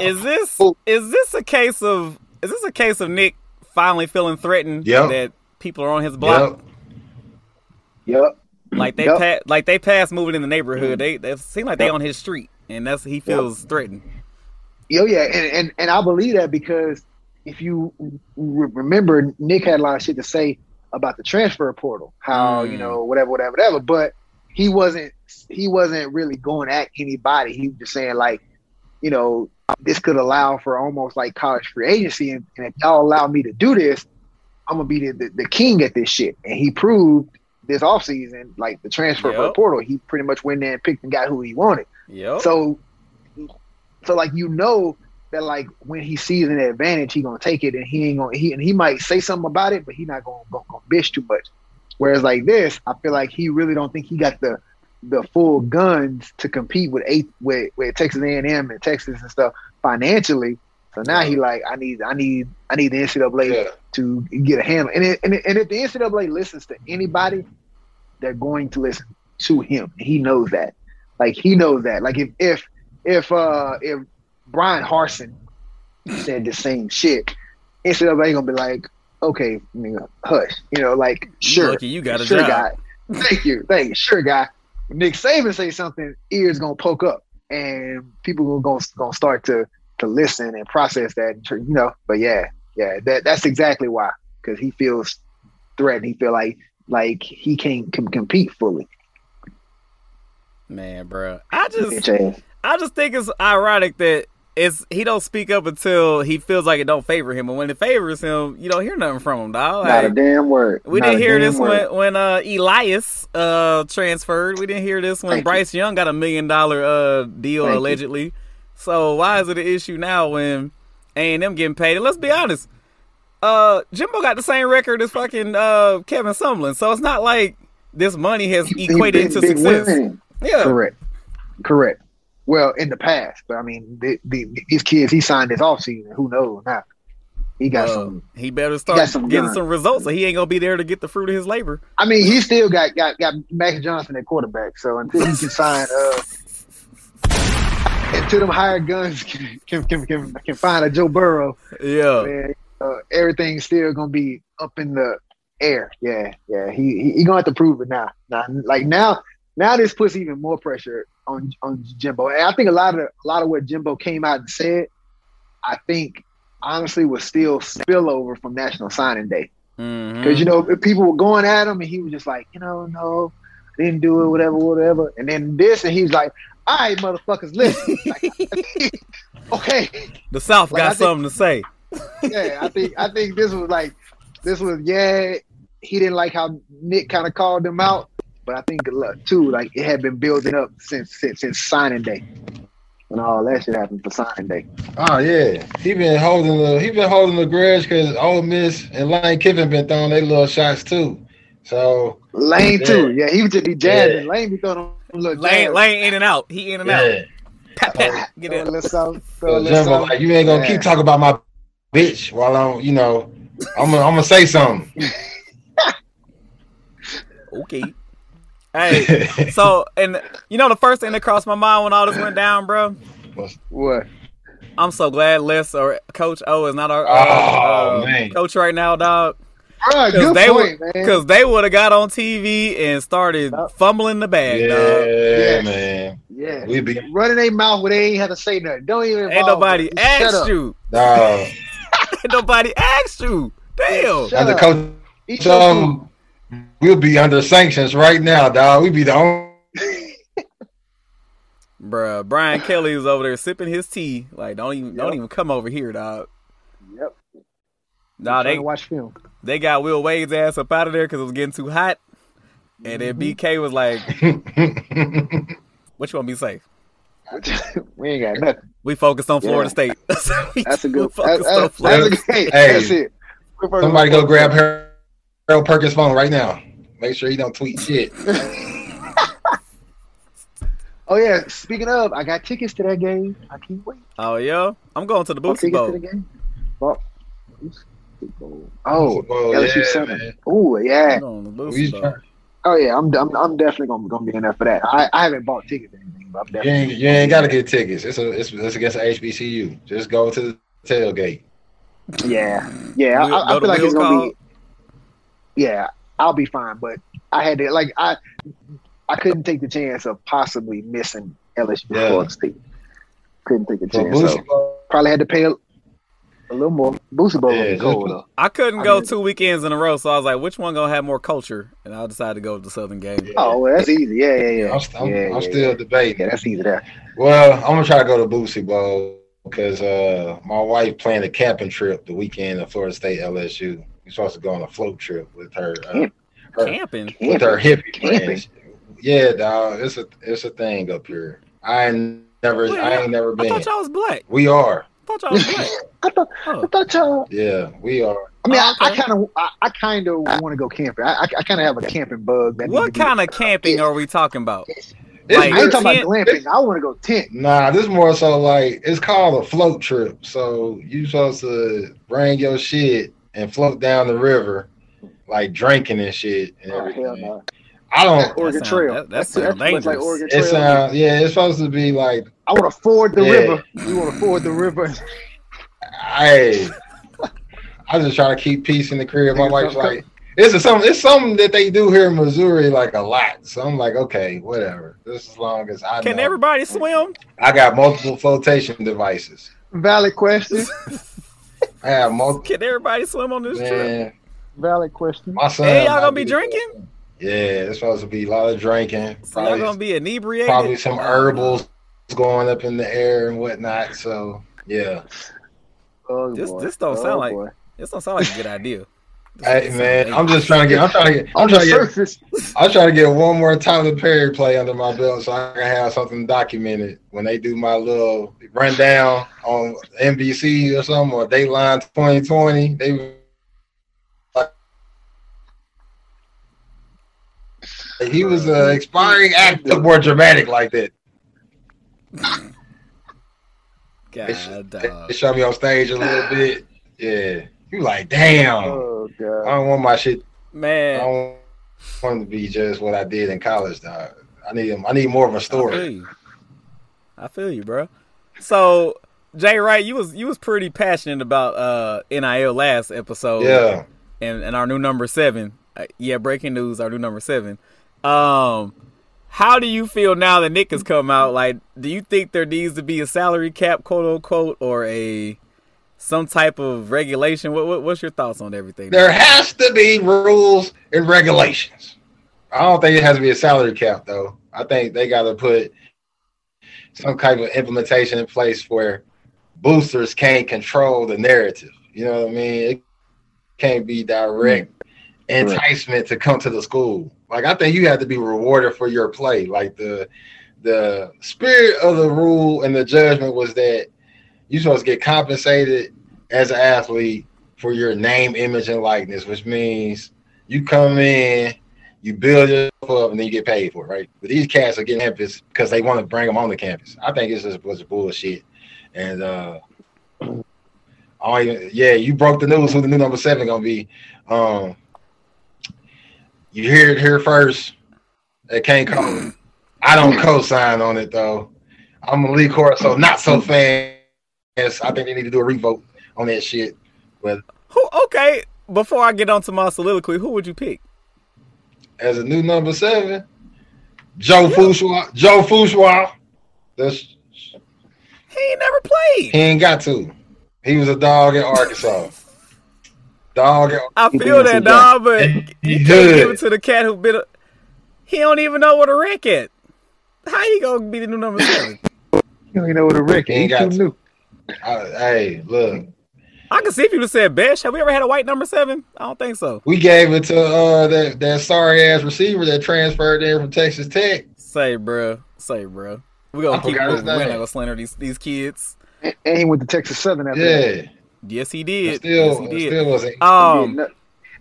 Speaker 1: Is this
Speaker 4: Oh.
Speaker 3: Who-
Speaker 1: is this a case of is this a case of Nick finally feeling threatened
Speaker 3: Yep.
Speaker 1: that people are on his block?
Speaker 4: Yep.
Speaker 1: Like they
Speaker 4: Yep.
Speaker 1: pa- like they pass moving in the neighborhood. They they seem like they on his street, and that's he feels threatened.
Speaker 4: Yo, Oh, yeah, and, and and I believe that because if you re- remember, Nick had a lot of shit to say about the transfer portal, how
Speaker 1: Mm.
Speaker 4: you know whatever, whatever, whatever. But he wasn't he wasn't really going at anybody. He was just saying like, you know, this could allow for almost like college free agency, and, and if y'all allow me to do this, I'm gonna be the, the, the king at this shit. And he proved this offseason, like the transfer
Speaker 1: Yep.
Speaker 4: portal, he pretty much went there and picked and got who he wanted.
Speaker 1: Yep.
Speaker 4: So, so like you know that like when he sees an advantage, he gonna take it, and he ain't gonna he and he might say something about it, but he not gonna gonna, gonna bitch too much. Whereas like this, I feel like he really don't think he got the the full guns to compete with eight with, with Texas A and M and Texas and stuff financially. So now he like I need I need I need the NCAA
Speaker 3: yeah.
Speaker 4: to get a handle. And, it, and, it- and if the NCAA listens to anybody, they're going to listen to him. He knows that. Like he knows that. Like if if if uh if Brian Harson said the same shit, instead of they gonna be like, okay, nigga, hush, you know, like sure,
Speaker 1: lucky you got a
Speaker 4: sure,
Speaker 1: job.
Speaker 4: guy, thank you, thank you, sure, guy. Nick Saban say something, ears gonna poke up, and people gonna gonna, gonna start to to listen and process that, you know. But yeah, yeah, that that's exactly why, because he feels threatened. He feel like like he can't com- compete fully.
Speaker 1: Man, bro. I
Speaker 4: Yeah,
Speaker 1: just
Speaker 4: James.
Speaker 1: I just think it's ironic that it's he don't speak up until he feels like it don't favor him, and when it favors him, you don't hear nothing from him, dog.
Speaker 4: Not a
Speaker 1: Like,
Speaker 4: damn word.
Speaker 1: we
Speaker 4: Not
Speaker 1: didn't
Speaker 4: a
Speaker 1: hear
Speaker 4: damn
Speaker 1: this
Speaker 4: word.
Speaker 1: when when uh, Elias uh, transferred. We didn't hear this when
Speaker 4: Thank you.
Speaker 1: Bryce Young got a million dollar uh, deal
Speaker 4: Thank you.
Speaker 1: allegedly. So why is it an issue now when A and M getting paid? And let's be honest, uh, Jimbo got the same record as fucking uh, Kevin Sumlin. So it's not like this money has
Speaker 4: He- he
Speaker 1: equated
Speaker 4: big-
Speaker 1: to
Speaker 4: big
Speaker 1: success.
Speaker 4: winning.
Speaker 1: Yeah,
Speaker 4: Correct. Correct. Well, in the past, but I mean, the, the, these kids he signed this offseason. Who knows now? He got
Speaker 1: Uh,
Speaker 4: some.
Speaker 1: he better start
Speaker 4: some
Speaker 1: getting
Speaker 4: gun.
Speaker 1: some results, or he ain't gonna be there to get the fruit of his labor.
Speaker 4: I mean, he still got got got Max Johnson at quarterback. So until he can sign, uh, until them higher guns *laughs* can can can, can, can find a Joe Burrow,
Speaker 1: Yeah,
Speaker 4: man, uh, everything's still gonna be up in the air. Yeah, yeah. He, he he gonna have to prove it now. Now, like now, now this puts even more pressure on on Jimbo. And I think a lot of a lot of what Jimbo came out and said, I think honestly was still spillover from National Signing Day
Speaker 1: Mhm.
Speaker 4: because you know people were going at him and he was just like, you know, no, I didn't do it, whatever, whatever. And then this, and he's like, all right, motherfuckers, listen. *laughs* Like, *laughs* okay
Speaker 1: the South
Speaker 4: Like, I
Speaker 1: got
Speaker 4: think-
Speaker 1: something to say.
Speaker 4: yeah, I think I think this was like this was yeah. He didn't like how Nick kind of called him out, but I think look, too like it had been building up since since since signing day when all that shit happened for signing day.
Speaker 3: Oh yeah, he been holding the he been holding the grudge because Ole Miss and Lane Kiffin been throwing their little shots too. So
Speaker 4: Lane
Speaker 3: Yeah.
Speaker 4: too, yeah, he would just be jazzing.
Speaker 3: Yeah.
Speaker 4: Lane be throwing a little
Speaker 1: Lane,
Speaker 4: jab.
Speaker 1: Lane in and out. He in and out.
Speaker 3: yeah,
Speaker 1: Pat, pat. *laughs* Get
Speaker 4: Throw a
Speaker 1: it.
Speaker 4: little something, throw a
Speaker 3: so
Speaker 4: little
Speaker 3: Jimbo,
Speaker 4: something.
Speaker 3: like, you ain't gonna
Speaker 4: Yeah.
Speaker 3: keep talking about my bitch while I'm you know I'm gonna, I'm gonna say something.
Speaker 1: Okay. Hey,
Speaker 3: *laughs*
Speaker 1: so and you know the first thing that crossed my mind when all this went down, bro.
Speaker 4: What?
Speaker 1: I'm so glad Les or Coach O is not our
Speaker 3: Oh,
Speaker 1: our,
Speaker 3: man.
Speaker 1: coach right now, dog.
Speaker 4: Bruh,
Speaker 1: Because
Speaker 4: good
Speaker 1: they would,
Speaker 4: point, man.
Speaker 1: because they would have got on TV and started
Speaker 4: Yup.
Speaker 1: fumbling the bag, dog.
Speaker 3: yeah, man,
Speaker 4: Yeah,
Speaker 3: we be
Speaker 4: running their mouth where they ain't have to say nothing. Don't even.
Speaker 1: Ain't
Speaker 4: involve
Speaker 1: nobody
Speaker 4: them. Just shut
Speaker 1: asked
Speaker 4: up.
Speaker 1: you. *laughs*
Speaker 3: dog.
Speaker 1: Ain't nobody asked you. Damn.
Speaker 4: Shut
Speaker 3: As a
Speaker 4: up.
Speaker 3: coach,
Speaker 4: Eat your food.
Speaker 3: um, we'll be under sanctions right now, dog. We be the only. *laughs*
Speaker 1: Bruh, Brian Kelly was over there sipping his tea. Like, don't even don't
Speaker 4: Yep.
Speaker 1: even come over here, dog.
Speaker 4: Yep.
Speaker 1: Nah,
Speaker 4: Trying
Speaker 1: they
Speaker 4: to watch film.
Speaker 3: *laughs*
Speaker 1: they got Will Wade's ass up out of there because it was getting too hot. And
Speaker 4: Mm-hmm.
Speaker 1: then BK was like, "What you want me to say?
Speaker 4: we ain't got nothing.
Speaker 1: We focused on Florida
Speaker 4: Yeah.
Speaker 1: State. *laughs*
Speaker 4: That's a
Speaker 1: We
Speaker 4: good. That,
Speaker 1: focused on
Speaker 4: that,
Speaker 1: Florida.
Speaker 4: that's, a, hey,
Speaker 3: Hey.
Speaker 4: that's it. We're fucking-
Speaker 3: Somebody go grab Har- Harold Perkins' phone right now. Make sure he don't tweet shit.
Speaker 4: Oh yeah. Speaking of, I got tickets to that game. I can't wait.
Speaker 1: Oh yeah, I'm going to the
Speaker 4: Bought
Speaker 1: Boosie
Speaker 4: tickets
Speaker 1: Bowl.
Speaker 4: to the game. Bought- Oh,
Speaker 3: Bowl,
Speaker 4: LSU
Speaker 3: yeah,
Speaker 4: seven.
Speaker 3: man.
Speaker 4: Oh yeah.
Speaker 1: I'm going to the
Speaker 3: We
Speaker 1: Boosie
Speaker 3: try-
Speaker 1: Bowl.
Speaker 4: Oh yeah. I'm I'm, I'm definitely gonna, gonna be in there for that. I, I haven't bought tickets or anything, but I'm
Speaker 3: you
Speaker 4: definitely.
Speaker 3: ain't, you ain't got to get tickets. It's a, it's, it's against HBCU. Just go to the tailgate.
Speaker 4: Yeah. Yeah. I,
Speaker 1: We'll go
Speaker 4: I I
Speaker 1: to
Speaker 4: feel like it's
Speaker 1: Will
Speaker 4: gonna
Speaker 1: Call.
Speaker 4: be. Yeah, I'll be fine. But I had to like I I couldn't take the chance of possibly missing LSU
Speaker 3: Yeah.
Speaker 4: Florida State. Couldn't take the
Speaker 3: For
Speaker 4: chance. So.
Speaker 3: Boosie Bowl,
Speaker 4: probably had to pay a, a little more. Boosie Bowl
Speaker 3: Yeah,
Speaker 4: yeah,
Speaker 3: just-
Speaker 4: cold though.
Speaker 1: I couldn't
Speaker 4: I
Speaker 1: go
Speaker 4: mean-
Speaker 1: two weekends in a row, so I was like, "Which one gonna have more culture?" And I decided to go to the Southern game.
Speaker 4: Oh, well, that's easy. Yeah, yeah, yeah.
Speaker 3: I'm, st- I'm,
Speaker 4: yeah,
Speaker 3: I'm
Speaker 4: yeah,
Speaker 3: still
Speaker 4: yeah.
Speaker 3: debating.
Speaker 4: Yeah, that's easy there.
Speaker 3: Well, I'm gonna try to go to Boosie Bowl because uh, my wife planned a camping trip the weekend of Florida State LSU. We're supposed to go on a float trip with her, uh,
Speaker 4: Camp-
Speaker 3: her
Speaker 1: Camping.
Speaker 3: with her hippie
Speaker 4: Camping.
Speaker 3: friends. Yeah, dog, it's a it's a thing up here. I ain't never
Speaker 1: Wait,
Speaker 3: I ain't never
Speaker 1: I
Speaker 3: been.
Speaker 1: thought y'all was black.
Speaker 3: We are.
Speaker 1: I thought y'all was black.
Speaker 4: *laughs* I thought I
Speaker 1: Oh.
Speaker 4: thought y'all.
Speaker 3: Yeah, we are.
Speaker 4: I mean,
Speaker 1: Oh,
Speaker 4: I
Speaker 1: okay.
Speaker 4: kind of, I, I kind of want to go camping. I, I, I kind of have a camping bug. That
Speaker 1: What kind of camping are we talking about?
Speaker 3: It's
Speaker 1: Like-
Speaker 4: I ain't
Speaker 3: good-
Speaker 4: talking
Speaker 1: tent?
Speaker 4: about glamping. I want to go tent.
Speaker 3: nah, this more so like it's called a float trip. So you supposed to bring your shit and float down the river, like drinking and shit and
Speaker 4: Oh,
Speaker 3: everything.
Speaker 4: hell no.
Speaker 3: I don't.
Speaker 4: Oregon
Speaker 1: sound-
Speaker 4: Trail.
Speaker 1: that- that
Speaker 4: That's-
Speaker 1: sound
Speaker 4: that's much
Speaker 1: dangerous.
Speaker 4: Like Oregon
Speaker 3: It
Speaker 4: Trail.
Speaker 3: sounds yeah. It's supposed to be like
Speaker 4: I want to ford the
Speaker 3: Yeah.
Speaker 4: river. You want to ford the river? *laughs*
Speaker 3: Hey, I just try to keep peace in the crib. My wife's like, this is something. It's something that they do here in Missouri like a lot. So I'm like, okay, whatever. Just as long as I
Speaker 1: Can
Speaker 3: know.
Speaker 1: everybody swim?
Speaker 3: I got multiple flotation devices.
Speaker 4: Valid question.
Speaker 3: I have multiple.
Speaker 1: Can everybody swim on this trip?
Speaker 3: Man,
Speaker 4: Valid question.
Speaker 3: my son.
Speaker 1: And y'all
Speaker 3: might
Speaker 1: gonna be
Speaker 3: the-
Speaker 1: drinking?
Speaker 3: Yeah, it's supposed to be a lot of drinking.
Speaker 1: So y'all
Speaker 3: Probably,
Speaker 1: gonna be inebriated?
Speaker 3: probably some herbals going up in the air and whatnot. So yeah,
Speaker 4: Oh,
Speaker 1: This-
Speaker 4: boy.
Speaker 1: this don't
Speaker 4: Oh,
Speaker 1: sound like-
Speaker 4: boy.
Speaker 1: This don't sound like a good idea. This
Speaker 3: hey
Speaker 1: sounds
Speaker 3: man,
Speaker 1: like-
Speaker 3: I'm just trying to get. I'm trying to get. I'm
Speaker 4: on the
Speaker 3: trying to get.
Speaker 4: surface.
Speaker 3: I'm trying to get one more Tyler Perry play under my belt so I can have something documented when they do my little rundown on NBC or something or Dateline 2020. They he was
Speaker 1: Uh,
Speaker 3: an expiring actor more dramatic like that.
Speaker 1: God, dog.
Speaker 3: They showed me on stage a little bit. Yeah, you like damn.
Speaker 4: Oh
Speaker 3: I
Speaker 4: god.
Speaker 3: don't want my shit. I
Speaker 1: man.
Speaker 3: don't want it to be just what I did in college, dog. I need I need more of a
Speaker 1: I feel
Speaker 3: story.
Speaker 1: you. I feel you, bro. So Jay Wright, you was you was pretty passionate about uh NIL last episode.
Speaker 3: Yeah.
Speaker 1: and, and our new number seven. Uh, yeah, breaking news, our new number seven. Um, how do you feel now that Nick has come out? Like, do you think there needs to be a salary cap, quote unquote, or a some type of regulation? What, what what's your thoughts on everything?
Speaker 3: There has to be rules and regulations. I don't think it has to be a salary cap, though. I think they got to put some kind of implementation in place where boosters can't control the narrative. You know what I mean? It can't be direct enticement to come to the school. Like I think you have to be rewarded for your play. Like the the spirit of the rule and the judgment was that you're supposed to get compensated as an athlete for your name, image, and likeness, which means you come in, you build yourself up, and then you get paid for it, right? But these cats are getting campus because they want to bring them on the campus. I think it's just a bunch of bullshit. And uh I don't even, yeah, you broke the news who the new number seven gonna be. Um you hear it here first. It can't come. I don't co-sign on it though. I'm a Lee Corso, not so fan. Yes, I think they need to do a revote on that shit. But
Speaker 1: Who? Okay, before I get on to my soliloquy, who would you pick?
Speaker 3: as a new number seven, Joe Fushwa, Joe Fushwa, that's
Speaker 1: He ain't never played.
Speaker 3: he ain't got to. He was a dog in Arkansas. dog in
Speaker 1: I feel that, dog, but you can't give it to the cat who bit. A, he don't even know what a wreck at. How you gonna be the new number seven?
Speaker 4: You don't even know what a wreck
Speaker 3: He
Speaker 4: is. You too
Speaker 3: got to.
Speaker 4: new.
Speaker 3: I- hey, look,
Speaker 1: I can see if you just said Besh. Have we ever had a white number seven? I don't think so.
Speaker 3: we gave it to uh that, that sorry ass receiver that transferred in from Texas Tech.
Speaker 1: Say, bruh. Say, bruh. We gonna
Speaker 3: I
Speaker 1: keep
Speaker 3: forgot his
Speaker 1: moving. We're not
Speaker 3: name.
Speaker 1: gonna slander these these kids.
Speaker 4: And and he went to Texas Southern after that.
Speaker 3: Yeah,
Speaker 1: Yes, he
Speaker 3: it
Speaker 1: did. yes,
Speaker 3: still,
Speaker 1: he
Speaker 3: it
Speaker 1: did.
Speaker 3: still wasn't.
Speaker 4: He
Speaker 1: um,
Speaker 4: did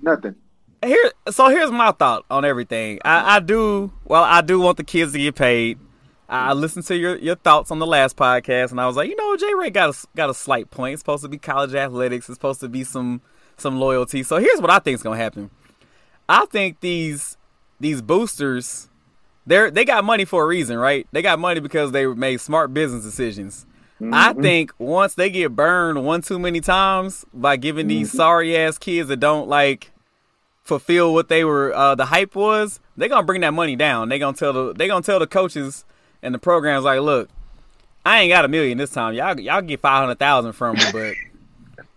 Speaker 4: no- nothing.
Speaker 1: here. So here's my thought on everything. I, I do. Well, I do want the kids to get paid. I I listened to your, your thoughts on the last podcast, and I was like, you know, J. Ray got a s- got a slight point. It's supposed to be college athletics. It's supposed to be some some loyalty. So here's what I think is gonna happen. I think these these boosters, they're they got money for a reason, right? They got money because they made smart business decisions. I think once they get burned one too many times by giving these sorry ass kids that don't like fulfill what they were uh, the hype was, they're gonna bring that money down. They're gonna tell the they gonna tell the coaches and the programs like, look, I ain't got a million this time. Y'all y'all get five hundred thousand from me, but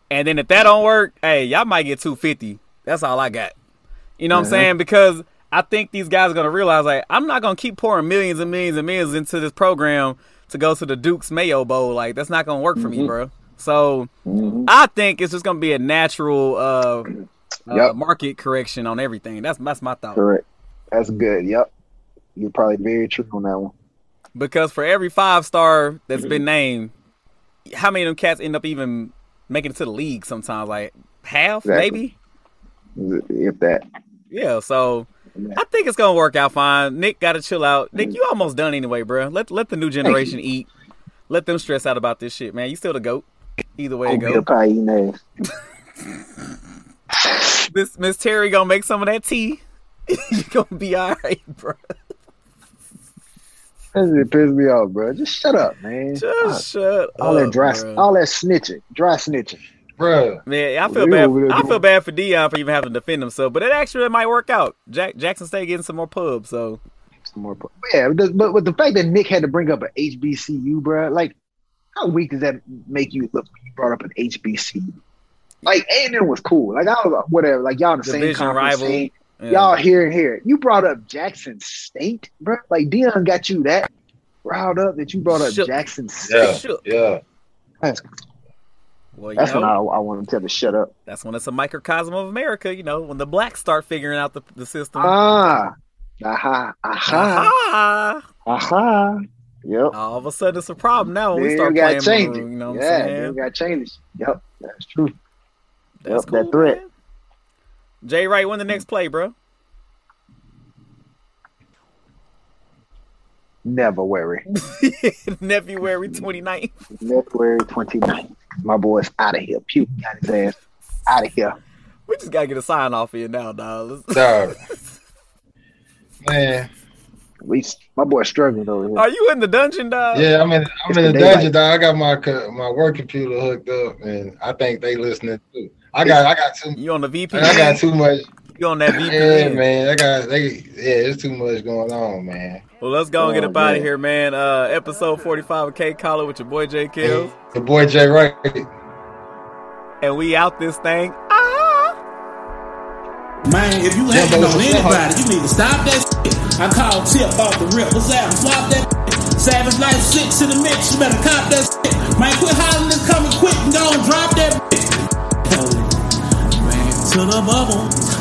Speaker 1: and then if that don't work, hey, y'all might get two fifty. That's all I got. You know what I'm saying? Because I think these guys are gonna realize like I'm not gonna keep pouring millions and millions and millions into this program to go to the Duke's Mayo Bowl. Like that's not gonna work for me, bro. So I think it's just gonna be a natural uh, uh,
Speaker 4: Yep.
Speaker 1: market correction on everything. That's that's my thought.
Speaker 4: Correct. That's good. Yep. You're probably very true on that one.
Speaker 1: Because for every five star that's been
Speaker 4: Mm-hmm.
Speaker 1: named, how many of them cats end up even making it to the league sometimes? Like half,
Speaker 4: Exactly.
Speaker 1: maybe?
Speaker 4: If that.
Speaker 1: Yeah, so I think it's gonna work out fine. Nick gotta chill out. Nick, you almost done anyway, bruh. Let let the new generation eat. Let them stress out about this shit, man. You still the goat. Either way it
Speaker 4: You're
Speaker 1: goes.
Speaker 4: probably eating ass.
Speaker 1: Miss Miss Terry gonna *laughs* make some of that tea. you gonna be alright, bruh.
Speaker 4: That shit pissed me off, bro. Just shut up, man.
Speaker 1: Just shut
Speaker 4: all
Speaker 1: up.
Speaker 4: that dry,
Speaker 1: bruh.
Speaker 4: all that snitching, dry snitching.
Speaker 3: Bruh,
Speaker 1: Man, I feel
Speaker 4: We
Speaker 1: bad.
Speaker 4: over there
Speaker 1: I
Speaker 4: doing-
Speaker 1: feel bad for Dion for even having to defend himself, but it actually might work out. Jack Jackson State getting some more pubs, so
Speaker 4: Some more, but yeah. But, but with the fact that Nick had to bring up an HBCU, bro, like how weak does that make you look? when You brought up an HBCU. Like A and M was cool. Like I was like, whatever. Like y'all in the same
Speaker 1: Division
Speaker 4: conference.
Speaker 1: rival.
Speaker 4: same-
Speaker 1: yeah.
Speaker 4: Y'all here and here. You brought up Jackson State, bro. Like Dion got you that riled up that you brought up
Speaker 1: Shook.
Speaker 4: Jackson State.
Speaker 3: yeah,
Speaker 1: Shook.
Speaker 3: yeah.
Speaker 4: That's,
Speaker 1: Well, you
Speaker 4: that's
Speaker 1: know,
Speaker 4: when I, I want to tell to shut up.
Speaker 1: that's when it's a microcosm of America. You know, when the blacks start figuring out the, the system.
Speaker 4: Ah, aha, aha,
Speaker 1: Ah-ha.
Speaker 4: aha. Yep.
Speaker 1: All of a sudden, it's a problem now when Oh, we
Speaker 4: Then
Speaker 1: start
Speaker 4: you gotta
Speaker 1: playing.
Speaker 4: change it.
Speaker 1: Maroon, you know what
Speaker 4: yeah,
Speaker 1: I'm
Speaker 4: then
Speaker 1: saying?
Speaker 4: you gotta change it. Yep, that's true.
Speaker 1: That's
Speaker 4: Yep, that threat.
Speaker 1: man. Jay Wright, win the next play, bro. *laughs*
Speaker 4: Never worry.
Speaker 1: Nephew, February 29th.
Speaker 4: February 29th. My boy's out of here. Puke got his ass out of here.
Speaker 1: We just gotta get a sign off here now, dog. *laughs*
Speaker 3: Dog. Man,
Speaker 4: At least my boy's struggling over here.
Speaker 1: Are you in the dungeon, dog?
Speaker 3: yeah, I'm in. I'm
Speaker 4: It's
Speaker 3: in
Speaker 4: the
Speaker 3: the
Speaker 4: daylight.
Speaker 3: dungeon. Dog. I got my co- my work computer hooked up, and I think they listening too. I got I got too.
Speaker 1: You on the VPN?
Speaker 3: I got too much.
Speaker 1: You on that
Speaker 3: Yeah,
Speaker 1: VPN?
Speaker 3: man. I got they. Yeah, there's too much going on, man.
Speaker 1: Well, let's go and get
Speaker 4: Oh,
Speaker 1: up out
Speaker 4: yeah.
Speaker 1: of here, man. Uh, episode 45 of K Collar with your boy J Kills.
Speaker 3: The boy Jay Wright.
Speaker 1: And we out this thing. Ah!
Speaker 6: Man, if you hating on anybody, you need to stop that shit. I called Tip off the rip. What's happening? Swap that shit. Savage Life 6 in the mix. You better cop that shit. Man, quit hollering and coming quick and go and drop that shit. Man, to the bubble.